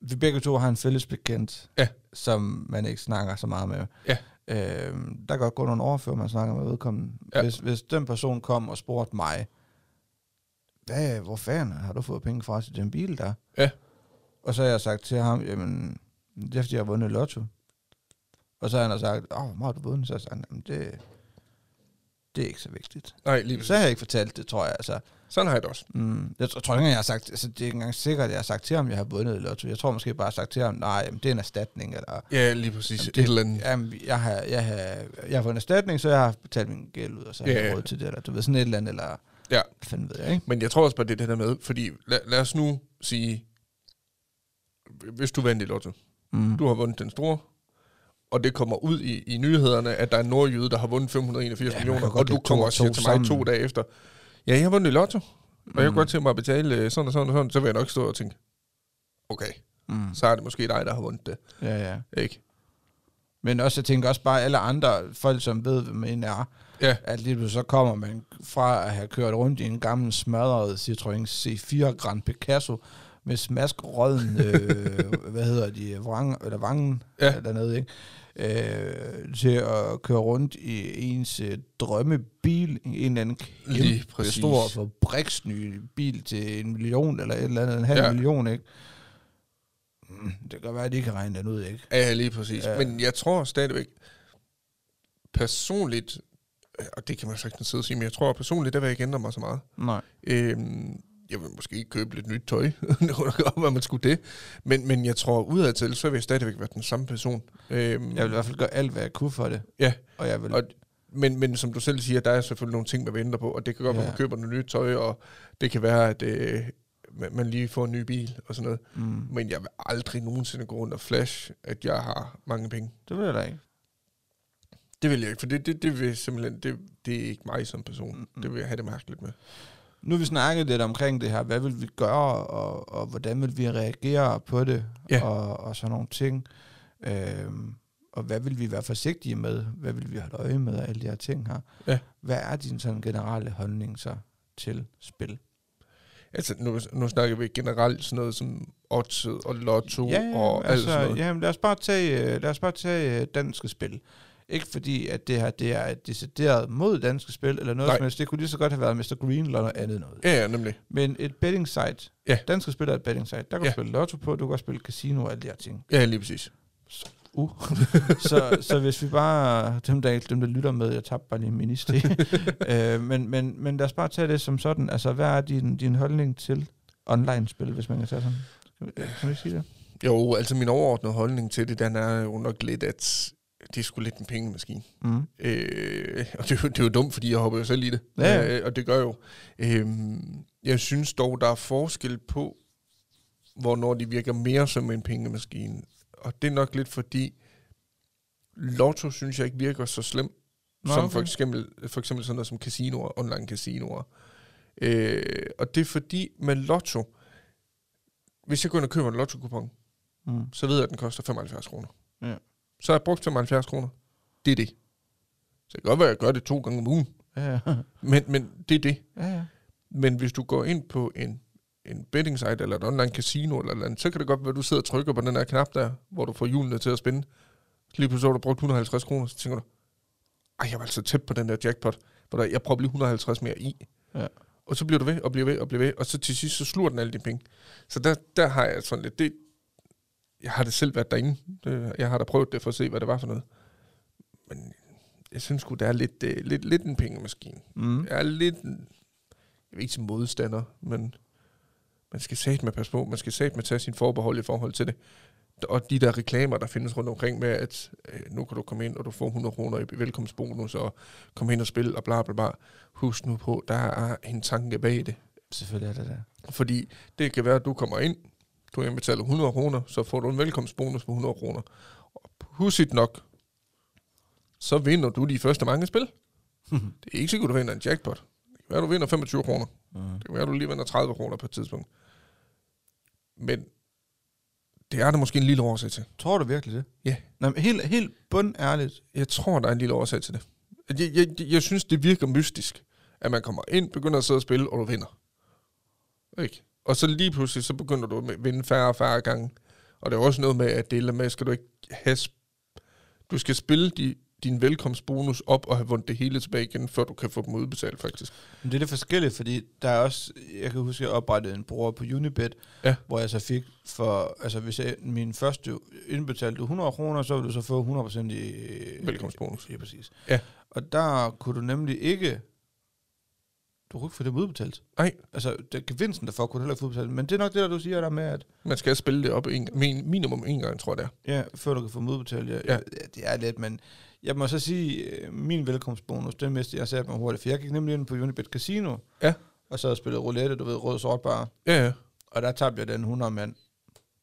[SPEAKER 1] vi begge to har en fælles bekendt,
[SPEAKER 2] Ja.
[SPEAKER 1] som man ikke snakker så meget med.
[SPEAKER 2] Ja.
[SPEAKER 1] Øh, der kan godt gå nogle år, før man snakker med vedkommende.
[SPEAKER 2] Ja.
[SPEAKER 1] Ja. Hvis, hvis den person kom og spurgte mig, hvad, hvor fanden har du fået penge fra til den bil der?
[SPEAKER 2] Ja.
[SPEAKER 1] Og så har jeg sagt til ham, jamen, det er fordi, jeg har vundet lotto. Og så har han har sagt, åh, hvor meget har du vundet? Så har jeg sagt, jamen, det, det er ikke så vigtigt.
[SPEAKER 2] nej, lige
[SPEAKER 1] Så har
[SPEAKER 2] præcis.
[SPEAKER 1] jeg ikke fortalt det, tror jeg. Altså,
[SPEAKER 2] Sådan har jeg det også.
[SPEAKER 1] mm, jeg, tror- tror ikke, engang, jeg har sagt, altså, det er ikke engang sikkert, at jeg har sagt til ham, jeg har vundet i lotto. Jeg tror måske bare, jeg har sagt til ham, nej, jamen, det er en erstatning, eller...
[SPEAKER 2] Ja, lige præcis.
[SPEAKER 1] Jamen,
[SPEAKER 2] det, et eller andet.
[SPEAKER 1] Jamen, jeg har, jeg har, jeg har fået en erstatning, så jeg har betalt min gæld ud, og så har
[SPEAKER 2] Ja, ja.
[SPEAKER 1] jeg råd til det, eller du ved, sådan et eller andet, eller...
[SPEAKER 2] Ja.
[SPEAKER 1] Hvad fanden ved jeg, ikke?
[SPEAKER 2] Men jeg tror også bare, det er det der med, fordi lad, lad os nu sige, hvis du vandt i lotto,
[SPEAKER 1] Mm.
[SPEAKER 2] du har vundet den store, og det kommer ud i, i nyhederne, at der er en nordjyde, der har vundet 581
[SPEAKER 1] Ja,
[SPEAKER 2] ja,
[SPEAKER 1] man
[SPEAKER 2] millioner,
[SPEAKER 1] kan godt
[SPEAKER 2] og du
[SPEAKER 1] lægge to
[SPEAKER 2] kommer
[SPEAKER 1] og
[SPEAKER 2] og siger
[SPEAKER 1] to
[SPEAKER 2] til mig sammen. to
[SPEAKER 1] sammen.
[SPEAKER 2] dage efter, ja, jeg har vundet i lotto, og jeg
[SPEAKER 1] Mm.
[SPEAKER 2] kunne godt tænke mig at betale øh, sådan og sådan og sådan, så vil jeg nok stå og tænke, okay,
[SPEAKER 1] Mm.
[SPEAKER 2] så er det måske dig, der har vundet det,
[SPEAKER 1] Ja, ja.
[SPEAKER 2] ikke?
[SPEAKER 1] Men også, jeg tænker også bare alle andre folk, som ved, hvem en er,
[SPEAKER 2] Ja,
[SPEAKER 1] at lige pludselig så kommer man fra at have kørt rundt i en gammel smadret Citroën C4 Grand Picasso med smaskrøden, øh, hvad hedder de, vrang, eller vangen
[SPEAKER 2] Ja.
[SPEAKER 1] ja. dernede, ikke? Øh, til at køre rundt i ens øh, drømmebil, en eller anden
[SPEAKER 2] Lige
[SPEAKER 1] kæmpe
[SPEAKER 2] præcis.
[SPEAKER 1] stor fabriksny bil til en million eller et eller andet, en halv
[SPEAKER 2] Ja.
[SPEAKER 1] ja. million, ikke? Mm, Det kan godt være, at de ikke kan regne den ud, ikke?
[SPEAKER 2] ja lige præcis. Ja.
[SPEAKER 1] Ja.
[SPEAKER 2] Men jeg tror stadigvæk, personligt, og det kan man sagtens sidde og sige, men jeg tror personligt, der vil jeg ikke ændre mig så meget.
[SPEAKER 1] Nej.
[SPEAKER 2] Øhm, jeg vil måske ikke købe lidt nyt tøj. det kunne da godt være, at man skulle det. Men, men jeg tror, udadtil, så vil jeg stadigvæk være den samme person. Øhm,
[SPEAKER 1] Jeg vil i hvert fald gøre alt, hvad jeg kunne for det.
[SPEAKER 2] Ja.
[SPEAKER 1] Og jeg vil...
[SPEAKER 2] Og men, men som du selv siger, der er selvfølgelig nogle ting, man venter på, og det kan godt være, at man
[SPEAKER 1] Ja.
[SPEAKER 2] køber noget nyt tøj, og det kan være, at øh, man man lige får en ny bil og sådan noget.
[SPEAKER 1] mm.
[SPEAKER 2] Men jeg vil aldrig nogensinde gå rundt og flash, at jeg har mange penge.
[SPEAKER 1] Det vil jeg da ikke.
[SPEAKER 2] Det vil jeg ikke, for det, det, det vil simpelthen, det, det er ikke mig som person.
[SPEAKER 1] Mm.
[SPEAKER 2] Det vil jeg have det mærkeligt med.
[SPEAKER 1] Nu har vi snakket lidt omkring det her. Hvad vil vi gøre, og, og hvordan vil vi reagere på det,
[SPEAKER 2] Ja.
[SPEAKER 1] og, og sådan nogle ting. Øhm, og hvad vil vi være forsigtige med? Hvad vil vi holde øje med og alle de her ting her?
[SPEAKER 2] Ja.
[SPEAKER 1] Hvad er din sådan generelle holdning så til spil?
[SPEAKER 2] Altså, nu, nu snakker vi generelt sådan noget som
[SPEAKER 1] altså,
[SPEAKER 2] oddset og lotto og alt sådan noget.
[SPEAKER 1] jamen, lad os bare tage, øh, lad os bare tage øh, danske spil. Ikke fordi, at det her det er decideret mod danske spil eller noget
[SPEAKER 2] Nej.
[SPEAKER 1] som helst. Det kunne lige så godt have været Mr. Green eller noget andet noget.
[SPEAKER 2] Ja, ja, nemlig.
[SPEAKER 1] Men et betting site.
[SPEAKER 2] Ja.
[SPEAKER 1] Danske spil er et betting site. Der kan du
[SPEAKER 2] Ja.
[SPEAKER 1] spille lotto på, du kan også spille casino og alle de her ting.
[SPEAKER 2] Ja, lige præcis.
[SPEAKER 1] Uh. så, så hvis vi bare, dem der, dem der lytter med, jeg tabte bare lige min idé. øh, men, men, men lad os bare tage det som sådan. Altså, hvad er din, din holdning til online-spil, hvis man kan tage sådan? Kan vi- Kan man ikke sige det?
[SPEAKER 2] Jo, altså min overordnede holdning til det, den er jo nok lidt, at det er sgu lidt en pengemaskine.
[SPEAKER 1] Mm.
[SPEAKER 2] Øh, og det, er jo- det er jo dumt, fordi jeg hopper jo selv i det.
[SPEAKER 1] Ja, ja.
[SPEAKER 2] Øh, og det gør jeg jo. Øh, jeg synes dog, der er forskel på, hvornår de virker mere som en pengemaskine. Og det er nok lidt fordi, lotto synes jeg ikke virker så slemt,
[SPEAKER 1] Nå,
[SPEAKER 2] Nå, som
[SPEAKER 1] okay.
[SPEAKER 2] for, eksempel, for eksempel sådan noget som casinoer, online casinoer. Øh, og det er fordi med lotto, hvis jeg går ind og køber en lotto-kupon,
[SPEAKER 1] Mm.
[SPEAKER 2] så ved jeg, at den koster 75 kroner.
[SPEAKER 1] Ja.
[SPEAKER 2] Så har jeg brugt 75 kroner. Det er det. Så det kan godt være, at jeg gør det to gange om ugen.
[SPEAKER 1] Ja, ja.
[SPEAKER 2] Men, men det er det.
[SPEAKER 1] ja, ja.
[SPEAKER 2] Men hvis du går ind på en, en betting site eller et online casino eller et eller andet, så kan det godt være, at du sidder og trykker på den der knap der, hvor du får hjulene til at spænde. Så lige pludselig har du brugt 150 kroner, så tænker du, ej, jeg var altså tæt på den der jackpot, hvor der, jeg prøver lige 150 mere i.
[SPEAKER 1] Ja.
[SPEAKER 2] Og så bliver du ved, og bliver ved, og bliver ved, og så til sidst, så sluger den alle dine penge. Så der, der har jeg sådan lidt, det, jeg har det selv været derinde, det, jeg har da prøvet det for at se, hvad det var for noget. Men jeg synes sgu, der er lidt, øh, lidt, lidt en pengemaskine.
[SPEAKER 1] Mm.
[SPEAKER 2] Jeg er lidt, en- jeg vil ikke sige modstander, men man skal sætte med passe på, man skal sætte med tage sin forbehold i forhold til det. Og de der reklamer, der findes rundt omkring med, at øh, nu kan du komme ind, og du får 100 kroner i velkomstbonus, og komme ind og spille, og bla bla bla. Husk nu på, der er en tanke bag det.
[SPEAKER 1] Selvfølgelig er det der.
[SPEAKER 2] Fordi det kan være, at du kommer ind, du indbetaler 100 kroner, så får du en velkomstbonus på 100 kroner. Og pudsigt nok, så vinder du de første mange spil. Det er ikke sikkert, du vinder en jackpot. Det kan være, du vinder 25 kroner.
[SPEAKER 1] Mm.
[SPEAKER 2] Det kan være, du lige vinder 30 kroner på et tidspunkt. Men det er der måske en lille årsag til.
[SPEAKER 1] Tror du virkelig det?
[SPEAKER 2] Ja.
[SPEAKER 1] Nå, men helt, helt bundærligt.
[SPEAKER 2] Jeg tror, der er en lille årsag til det. At Jeg, jeg, jeg synes, det virker mystisk, at man kommer ind, begynder at sidde og spille, og du vinder. Ikke? Og så lige pludselig, så begynder du at vinde færre og færre gange. Og det er også noget med, at det er med, skal du ikke have... sp- Du skal spille de, din velkomstbonus op og have vundet det hele tilbage igen, før du kan få dem udbetalt, faktisk.
[SPEAKER 1] Men det er lidt forskelligt, fordi der er også, jeg kan huske, jeg oprettede en bruger på Unibet,
[SPEAKER 2] Ja.
[SPEAKER 1] hvor jeg så fik for, altså hvis jeg, min første indbetalte 100 kroner, så ville du så få 100% i...
[SPEAKER 2] Velkomstbonus.
[SPEAKER 1] Ja, præcis.
[SPEAKER 2] Ja.
[SPEAKER 1] Og der kunne du nemlig ikke, du kunne ikke få det udbetalt.
[SPEAKER 2] Nej.
[SPEAKER 1] Altså, det, gevinsten derfor kunne du heller ikke få udbetalt. Men det er nok det, der du siger der med, at
[SPEAKER 2] Man skal spille det op en, min, minimum en gang, tror jeg det er.
[SPEAKER 1] Ja, før du kan få dem udbetalt. Ja.
[SPEAKER 2] Ja.
[SPEAKER 1] Ja. Det er lidt, men jeg må så sige, øh, min velkomstbonus, den mistede jeg sat mig hurtigt, for jeg gik nemlig ind på Unibet Casino,
[SPEAKER 2] Ja.
[SPEAKER 1] og så spillede roulette, du ved, rød sort bare,
[SPEAKER 2] Ja, ja.
[SPEAKER 1] og der tabte jeg den 100 mand.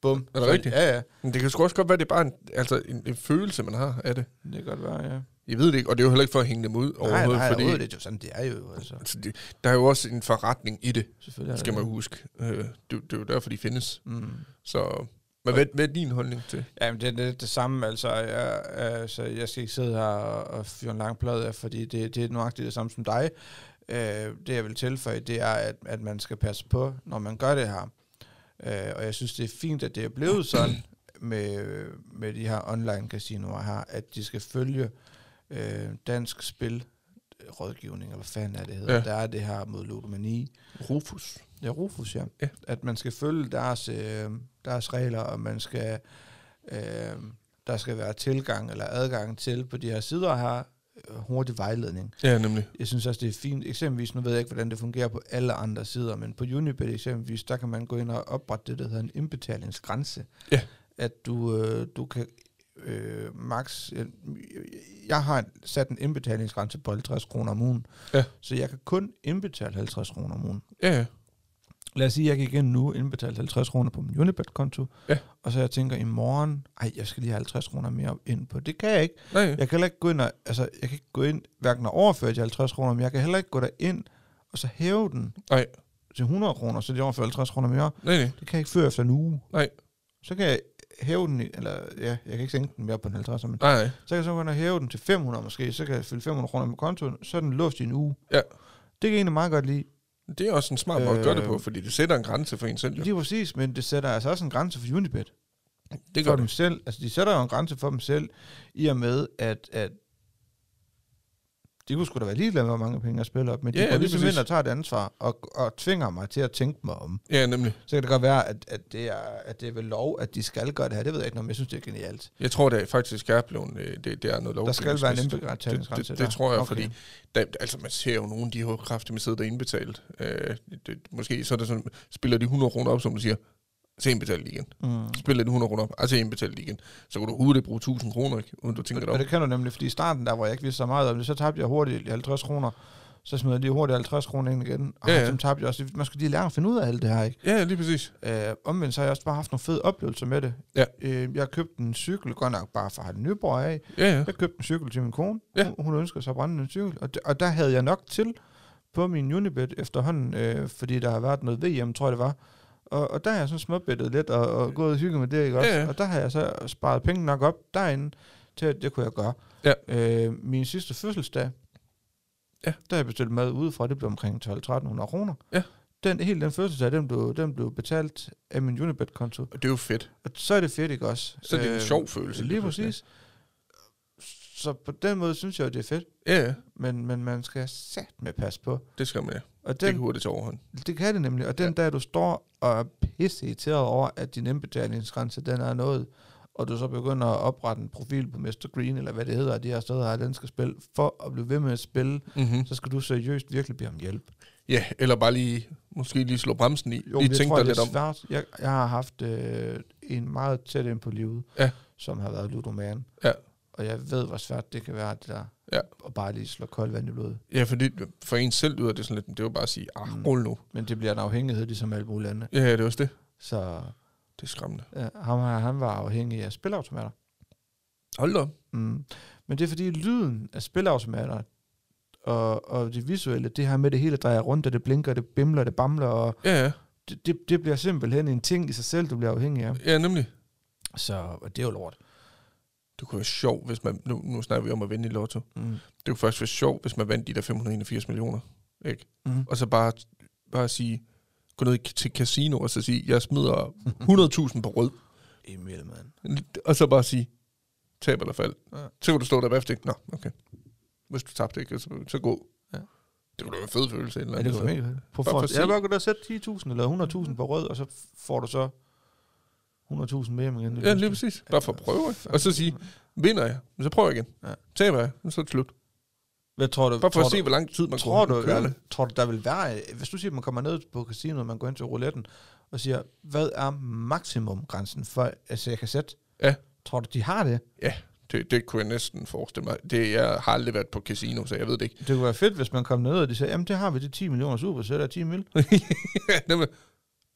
[SPEAKER 1] Bum.
[SPEAKER 2] Er det
[SPEAKER 1] Så-
[SPEAKER 2] rigtigt?
[SPEAKER 1] Ja, ja.
[SPEAKER 2] Men det kan sgu også godt være, det er bare en, altså en, en følelse, man har af det.
[SPEAKER 1] Det kan godt være, ja.
[SPEAKER 2] Jeg ved det ikke, og det er jo heller ikke for at hænge dem ud overhovedet,
[SPEAKER 1] nej, nej,
[SPEAKER 2] fordi
[SPEAKER 1] overhovedet, det er jo sådan, det er jo, altså.
[SPEAKER 2] Altså, det, der er jo også en forretning i det,
[SPEAKER 1] Selvfølgelig er
[SPEAKER 2] skal
[SPEAKER 1] det.
[SPEAKER 2] man huske. Øh, det, det er jo derfor, de findes.
[SPEAKER 1] Mm.
[SPEAKER 2] Så, men hvad, hvad er din holdning til?
[SPEAKER 1] Jamen, det er lidt det samme, altså. Jeg, altså, jeg skal ikke sidde her og, og fyre en lang plade af, fordi det, det er nøjagtigt det samme som dig. Øh, det, jeg vil tilføje, det er, at, at man skal passe på, når man gør det her. Øh, og jeg synes, det er fint, at det er blevet sådan med, med de her online casinoer her, at de skal følge øh, dansk spil rådgivning, eller hvad fanden er det hedder.
[SPEAKER 2] Ja.
[SPEAKER 1] Ja. Der er det her mod ludomani.
[SPEAKER 2] Rufus.
[SPEAKER 1] Ja, Rufus, ja.
[SPEAKER 2] Ja.
[SPEAKER 1] ja. At man skal følge deres, øh, deres regler, og man skal, øh, der skal være tilgang eller adgang til på de her sider her, øh, hurtig vejledning.
[SPEAKER 2] Ja, nemlig.
[SPEAKER 1] Jeg synes også, det er fint. Eksempelvis, nu ved jeg ikke, hvordan det fungerer på alle andre sider, men på Unibet eksempelvis, der kan man gå ind og oprette det, der hedder en indbetalingsgrænse.
[SPEAKER 2] Ja.
[SPEAKER 1] At du, øh, du kan øh, max... Øh, jeg har sat en indbetalingsgrænse på 50 kroner om ugen,
[SPEAKER 2] Ja.
[SPEAKER 1] så jeg kan kun indbetale 50 kroner om ugen.
[SPEAKER 2] Ja, ja.
[SPEAKER 1] Lad os sige, at jeg gik ind nu og indbetalte 50 kroner på min Unibet-konto,
[SPEAKER 2] Ja.
[SPEAKER 1] og så jeg tænker i morgen, ej, jeg skal lige have 50 kroner mere ind på. Det kan jeg ikke.
[SPEAKER 2] Nej, ja.
[SPEAKER 1] Jeg kan heller ikke gå ind, og, altså, jeg kan ikke gå ind hverken og overføre de 50 kroner, men jeg kan heller ikke gå derind og så hæve den
[SPEAKER 2] Nej.
[SPEAKER 1] til 100 kroner, så de overfører 50 kroner mere.
[SPEAKER 2] nej, nej.
[SPEAKER 1] Det kan jeg ikke før efter en uge.
[SPEAKER 2] Nej.
[SPEAKER 1] Så kan jeg hæve den, i- eller ja, jeg kan ikke sænke den mere på den 50, men
[SPEAKER 2] nej, nej.
[SPEAKER 1] så kan jeg så gå ind og hæve den til 500 måske, så kan jeg fylde 500 kroner på kontoen, så er den låst i en uge.
[SPEAKER 2] Ja.
[SPEAKER 1] Det kan jeg egentlig meget godt lide.
[SPEAKER 2] Det er også en smart måde at gøre det på,
[SPEAKER 1] Øh.
[SPEAKER 2] fordi det sætter en grænse for en selv. Jo.
[SPEAKER 1] Lige præcis, men det sætter altså også en grænse for Unibet.
[SPEAKER 2] Det
[SPEAKER 1] for
[SPEAKER 2] gør
[SPEAKER 1] dem
[SPEAKER 2] det.
[SPEAKER 1] selv. Altså, de sætter jo en grænse for dem selv, i og med, at, at de kunne sgu da være ligeglade med, hvor mange penge jeg spiller op, men de
[SPEAKER 2] Ja,
[SPEAKER 1] ja,
[SPEAKER 2] ja,
[SPEAKER 1] går
[SPEAKER 2] lige
[SPEAKER 1] ligesom
[SPEAKER 2] præcis.
[SPEAKER 1] ind og tager et ansvar, og, og tvinger mig til at tænke mig om.
[SPEAKER 2] Ja, nemlig.
[SPEAKER 1] Så kan det godt være, at, at, det er, at det er ved lov, at de skal gøre det her. Det ved jeg ikke, noget, men jeg synes, det er genialt.
[SPEAKER 2] Jeg tror, det er faktisk er blevet, øh, det, det er noget
[SPEAKER 1] Der skal være en
[SPEAKER 2] lovgivningsmæssigt.
[SPEAKER 1] indbegrænsningsgrænse.
[SPEAKER 2] Det, det, det tror jeg, okay. fordi der, altså, man ser jo nogen, de har jo kraftigt med siddet og indbetalt. Øh, det, måske så er det sådan, spiller de 100 kroner op, som du siger, så indbetal det igen.
[SPEAKER 1] Mm.
[SPEAKER 2] Spiller de 100 kroner op, altså indbetal det igen. Så kan du overhovedet ikke bruge 1000 kroner, ikke, uden du tænker dig
[SPEAKER 1] Og
[SPEAKER 2] om.
[SPEAKER 1] det kan du nemlig, fordi i starten, der hvor jeg ikke vidste så meget om det, så tabte jeg hurtigt 50 kroner. Så smed jeg lige hurtigt 50 kroner ind igen, og
[SPEAKER 2] Ja,
[SPEAKER 1] ja,
[SPEAKER 2] ja.
[SPEAKER 1] ja. dem tabte jeg også. Man skulle lige lære at finde ud af alt det her, ikke?
[SPEAKER 2] Ja, lige præcis.
[SPEAKER 1] Øh, omvendt så har jeg også bare haft nogle fede oplevelser med det.
[SPEAKER 2] Ja.
[SPEAKER 1] Øh, jeg købte en cykel, godt nok bare fra Harald Nyborg af.
[SPEAKER 2] Ja, ja.
[SPEAKER 1] Jeg købte en cykel til min kone.
[SPEAKER 2] Ja.
[SPEAKER 1] Hun, hun ønskede sig at brænde en cykel, og, det, og der havde jeg nok til på min Unibet efterhånden, øh, fordi der har været noget VM, tror jeg det var. Og, og der har jeg sådan småbettet lidt og, og gået og hygget med det, ikke også?
[SPEAKER 2] Ja, ja.
[SPEAKER 1] Og der har jeg så sparet penge nok op derinde, til at det kunne jeg gøre.
[SPEAKER 2] Ja.
[SPEAKER 1] Øh, min sidste fødselsdag,
[SPEAKER 2] Ja.
[SPEAKER 1] der har jeg bestilt mad udefra, det blev omkring 12-1300 kroner.
[SPEAKER 2] Ja.
[SPEAKER 1] Den, hele den fødselsdag, den blev, den blev betalt af min Unibet-konto.
[SPEAKER 2] Og det er jo fedt.
[SPEAKER 1] Og så er det fedt, ikke også? Øh,
[SPEAKER 2] Så er det en sjov følelse.
[SPEAKER 1] Lige
[SPEAKER 2] pludselig.
[SPEAKER 1] præcis. Så på den måde synes jeg, at det er fedt,
[SPEAKER 2] Ja, ja.
[SPEAKER 1] men, men man skal sat med pas på.
[SPEAKER 2] Det skal man, ja.
[SPEAKER 1] Og
[SPEAKER 2] Det
[SPEAKER 1] den,
[SPEAKER 2] kan hurtigt tage overhånd.
[SPEAKER 1] det, det kan det nemlig. Og den
[SPEAKER 2] Ja.
[SPEAKER 1] ja. dag, du står og er pisse irriteret over, at din indbetalingsgrænse den er nået, og du så begynder at oprette en profil på Mr. Green, eller hvad det hedder, de her steder her, den skal spille, for at blive ved med at spille,
[SPEAKER 2] Mm-hmm.
[SPEAKER 1] så skal du seriøst virkelig bede om hjælp.
[SPEAKER 2] Ja, eller bare lige, måske lige slå bremsen i. Jo,
[SPEAKER 1] men
[SPEAKER 2] lige
[SPEAKER 1] jeg
[SPEAKER 2] tænke
[SPEAKER 1] tror,
[SPEAKER 2] dig
[SPEAKER 1] det
[SPEAKER 2] lidt
[SPEAKER 1] er
[SPEAKER 2] om.
[SPEAKER 1] svært. Jeg, jeg har haft øh, en meget tæt ind på livet,
[SPEAKER 2] Ja.
[SPEAKER 1] som har været ludoman.
[SPEAKER 2] Ja.
[SPEAKER 1] Og jeg ved, hvor svært det kan være, det der.
[SPEAKER 2] Ja.
[SPEAKER 1] Og bare lige slå koldt vand i blodet.
[SPEAKER 2] Ja, for, det, for en selv lyder det sådan lidt, det var bare at sige, ah,
[SPEAKER 1] Mm.
[SPEAKER 2] rul nu.
[SPEAKER 1] Men det bliver en afhængighed, ligesom alt muligt andet.
[SPEAKER 2] Ja, det er også det.
[SPEAKER 1] Så
[SPEAKER 2] Det er skræmmende.
[SPEAKER 1] øh, ham her, han var afhængig af spilautomater.
[SPEAKER 2] Hold da op.
[SPEAKER 1] Mm. Men det er fordi lyden af spilautomater og, og det visuelle, det her med det hele drejer rundt, og det blinker, det bimler, det bamler, og
[SPEAKER 2] Ja, ja.
[SPEAKER 1] det, det, det bliver simpelthen en ting i sig selv, du bliver afhængig af.
[SPEAKER 2] ja nemlig.
[SPEAKER 1] Så og det er jo lort.
[SPEAKER 2] Det kunne være sjovt, hvis man... Nu, nu snakker vi om at vinde i lotto.
[SPEAKER 1] Mm.
[SPEAKER 2] Det kunne faktisk være sjovt, hvis man vandt de der 581 millioner. Ikke?
[SPEAKER 1] Mm.
[SPEAKER 2] Og så bare, bare sige... Gå ned i- til casino og så sige, jeg smider 100.000 på rød.
[SPEAKER 1] Emil, mand.
[SPEAKER 2] Og så bare sige, tab eller fald.
[SPEAKER 1] Ja.
[SPEAKER 2] Så kunne du stå der bagefter og tænke, nå, okay. Hvis du tabte ikke, så, så gå.
[SPEAKER 1] Ja.
[SPEAKER 2] Det ville da være en fed følelse. Et eller
[SPEAKER 1] Ja, det
[SPEAKER 2] andet
[SPEAKER 1] var
[SPEAKER 2] sted.
[SPEAKER 1] mega fedt. På
[SPEAKER 2] Bare for at
[SPEAKER 1] fond.
[SPEAKER 2] se.
[SPEAKER 1] Ja, bare kunne da sætte 10.000 eller 100.000 på rød, og så får du så 100.000 mere igen.
[SPEAKER 2] Ja, lige præcis. Bare for at prøve. ikke? Og så sige, vinder jeg, men så prøver jeg igen. Ja.
[SPEAKER 1] Ja.
[SPEAKER 2] Taber jeg, men så er det slut.
[SPEAKER 1] Hvad tror du?
[SPEAKER 2] Bare for
[SPEAKER 1] tror
[SPEAKER 2] at se, hvor lang tid man
[SPEAKER 1] du, tror, du,
[SPEAKER 2] kunne køre
[SPEAKER 1] der,
[SPEAKER 2] det.
[SPEAKER 1] tror du, der vil være... Hvis du siger, at man kommer ned på casinoet, man går ind til rouletten, og siger, hvad er maksimumgrænsen for, altså jeg kan sætte?
[SPEAKER 2] Ja.
[SPEAKER 1] Tror du, de har det?
[SPEAKER 2] det. Det kunne jeg næsten forestille mig. Det, jeg har aldrig været på casino, så jeg ved det ikke.
[SPEAKER 1] Det kunne være fedt, hvis man kom ned, og de sagde, jamen det har vi, det er 10 millioner supersæt og 10 mil.
[SPEAKER 2] Nå, men-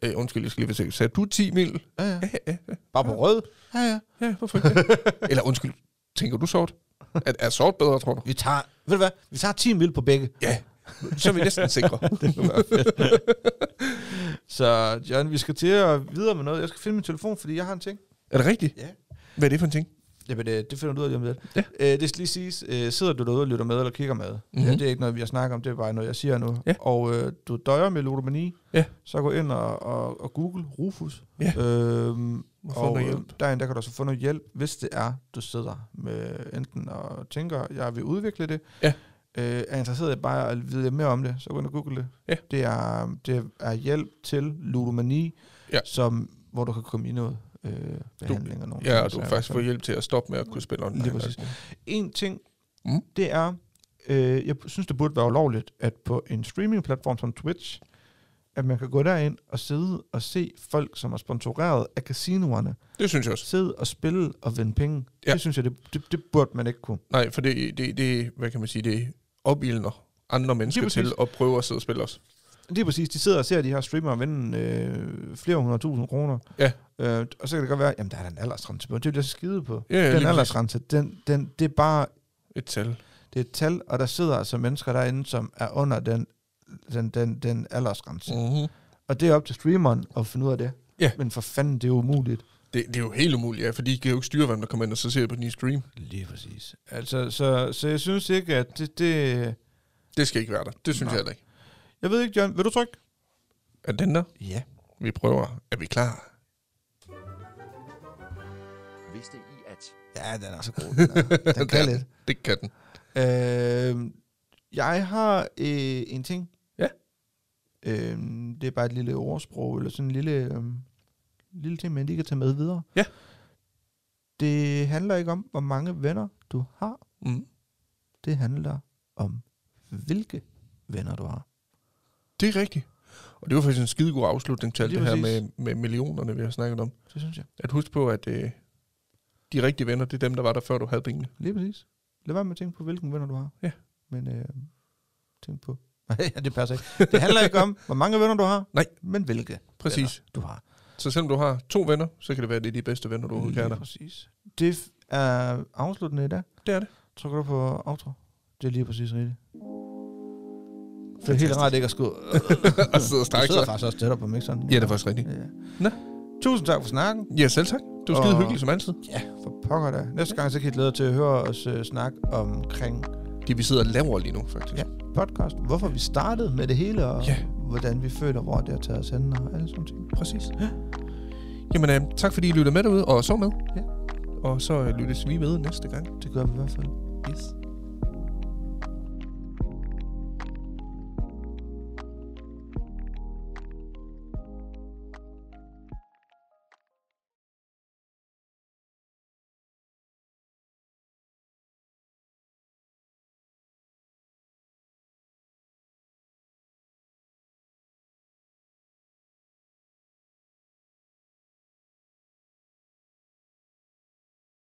[SPEAKER 2] Øh, undskyld, jeg skal lige være sikker. Sagde du 10 mil?
[SPEAKER 1] Ja, ja. Bare på rød. Ja, ja.
[SPEAKER 2] Ja, hvorfor ikke? Eller undskyld, tænker du sort? Er, er sort bedre, tror du?
[SPEAKER 1] Vi tager, ved du hvad, vi tager 10 mil på begge.
[SPEAKER 2] Ja, så er vi næsten sikre.
[SPEAKER 1] Så John, vi skal til at videre med noget. Jeg skal finde min telefon, fordi jeg har en ting.
[SPEAKER 2] er det rigtigt?
[SPEAKER 1] Ja.
[SPEAKER 2] Hvad er det for en ting?
[SPEAKER 1] Jamen, det, det finder du ud af lige om lidt.
[SPEAKER 2] Ja.
[SPEAKER 1] Øh, det skal lige siges, øh, sidder du derude og lytter med eller kigger med,
[SPEAKER 2] Mhm.
[SPEAKER 1] mm-hmm. ja, det er ikke noget, vi har snakket om, det er bare noget, jeg siger nu,
[SPEAKER 2] Ja.
[SPEAKER 1] og øh, du døjer med ludomani,
[SPEAKER 2] Ja.
[SPEAKER 1] så gå ind og, og, og google Rufus.
[SPEAKER 2] Ja.
[SPEAKER 1] Øhm,
[SPEAKER 2] Hvorfor
[SPEAKER 1] og
[SPEAKER 2] noget
[SPEAKER 1] øh,
[SPEAKER 2] hjælp?
[SPEAKER 1] derinde, der kan du så få noget hjælp, hvis det er, du sidder med enten og tænker, jeg vil udvikle det,
[SPEAKER 2] Ja.
[SPEAKER 1] øh, er interesseret i bare at vide lidt mere om det, så gå ind og google det.
[SPEAKER 2] Ja.
[SPEAKER 1] Det, er, det er hjælp til ludomani,
[SPEAKER 2] Ja.
[SPEAKER 1] som, hvor du kan komme i noget øh, behandling og nogle
[SPEAKER 2] Ja,
[SPEAKER 1] ting,
[SPEAKER 2] og du
[SPEAKER 1] så-
[SPEAKER 2] kan faktisk
[SPEAKER 1] så-
[SPEAKER 2] få hjælp til at stoppe med at kunne spille online.
[SPEAKER 1] Lige præcis. En ting,
[SPEAKER 2] Mm.
[SPEAKER 1] mm. det er, øh, jeg synes, det burde være ulovligt, at på en streamingplatform som Twitch, at man kan gå derind og sidde og se folk, som er sponsoreret af casinoerne,
[SPEAKER 2] Det synes jeg også.
[SPEAKER 1] sidde og spille og vinde penge.
[SPEAKER 2] Ja.
[SPEAKER 1] Ja. Det synes jeg, det, det, det burde man ikke kunne.
[SPEAKER 2] Nej, for det, det, det hvad kan man sige, det opildner andre mennesker
[SPEAKER 1] præcis.
[SPEAKER 2] til at prøve at sidde og spille os.
[SPEAKER 1] Lige præcis, de sidder og ser de her streamere vinde øh, flere hundrede tusind kroner.
[SPEAKER 2] Ja.
[SPEAKER 1] Øh, og så kan det godt være, jamen der er da en aldersgrænse på. Det er jo det, jeg skide på.
[SPEAKER 2] Ja, ja,
[SPEAKER 1] den
[SPEAKER 2] lige præcis.
[SPEAKER 1] aldersgrænse, den, den, det er bare
[SPEAKER 2] Et tal.
[SPEAKER 1] det er et tal, og der sidder altså mennesker derinde, som er under den, den, den, den aldersgrænse.
[SPEAKER 2] Mm-hmm.
[SPEAKER 1] Og det er op til streameren at finde ud af det.
[SPEAKER 2] Ja.
[SPEAKER 1] Men for fanden, det er jo umuligt.
[SPEAKER 2] Det, det er jo helt umuligt, ja, for de kan jo ikke styre, hvem der kommer ind og så ser det på din stream.
[SPEAKER 1] Lige præcis. Altså, så, så jeg synes ikke, at det... det
[SPEAKER 2] Det skal ikke være der. Det synes
[SPEAKER 1] Nej.
[SPEAKER 2] jeg heller ikke.
[SPEAKER 1] jeg ved ikke, John, vil du trykke?
[SPEAKER 2] Er den der?
[SPEAKER 1] Ja.
[SPEAKER 2] Vi prøver. Er vi klar?
[SPEAKER 3] Vidste I at...
[SPEAKER 1] Ja, den er så god. Den, er. den kan lidt.
[SPEAKER 2] Det kan den.
[SPEAKER 1] Øh, Jeg har øh, en ting.
[SPEAKER 2] Ja.
[SPEAKER 1] Øhm, det er bare et lille ordsprog, eller sådan en lille, øhm, lille ting, man lige kan tage med videre.
[SPEAKER 2] Ja.
[SPEAKER 1] Det handler ikke om, hvor mange venner du har.
[SPEAKER 2] Mm.
[SPEAKER 1] Det handler om, hvilke venner du har.
[SPEAKER 2] Det er rigtigt. Og det var faktisk en skidegod afslutning til alt
[SPEAKER 1] Lige
[SPEAKER 2] det her
[SPEAKER 1] præcis.
[SPEAKER 2] med, med millionerne, vi har snakket om.
[SPEAKER 1] Det synes jeg.
[SPEAKER 2] At huske på, at øh, de rigtige venner, det er dem, der var der, før du havde pengene.
[SPEAKER 1] Lige præcis. Lad være med at tænke på, hvilken venner du har.
[SPEAKER 2] Ja.
[SPEAKER 1] Men øh, tænk på... Nej, det passer ikke. Det handler ikke om, hvor mange venner du har.
[SPEAKER 2] Nej.
[SPEAKER 1] Men hvilke
[SPEAKER 2] Præcis.
[SPEAKER 1] venner du har.
[SPEAKER 2] Så selvom du har to venner, så kan det være, at det er de bedste venner, du overhovedet kan have.
[SPEAKER 1] præcis. Det f- er afsluttende i dag.
[SPEAKER 2] Det er det.
[SPEAKER 1] Trykker du på outro? Det er lige præcis rigtigt. Det er helt rart ikke at skulle...
[SPEAKER 2] og sidder og
[SPEAKER 1] Du
[SPEAKER 2] strækker
[SPEAKER 1] sidder Øh.
[SPEAKER 2] sig.
[SPEAKER 1] faktisk også tættere på mixeren.
[SPEAKER 2] Ja, det er faktisk rigtigt.
[SPEAKER 1] Ja.
[SPEAKER 2] Nå.
[SPEAKER 1] Tusind tak for snakken.
[SPEAKER 2] Ja, selv tak. Du er skide
[SPEAKER 1] Og-
[SPEAKER 2] hyggelig som altid.
[SPEAKER 1] For pokker da. Næste gang så kan I glæde jer til at høre os øh, snakke omkring
[SPEAKER 2] Det vi sidder og laver lige nu, faktisk.
[SPEAKER 1] Ja. podcast. Hvorfor vi startede med det hele, og
[SPEAKER 2] Ja.
[SPEAKER 1] hvordan vi føler, hvor det har taget os hen, og alle sådan ting.
[SPEAKER 2] Præcis. Jamen, øh, tak fordi I lyttede med derude og så med.
[SPEAKER 1] Ja.
[SPEAKER 2] Og så øh, lyttes vi ved næste gang.
[SPEAKER 1] Det gør vi i hvert fald.
[SPEAKER 2] Yes.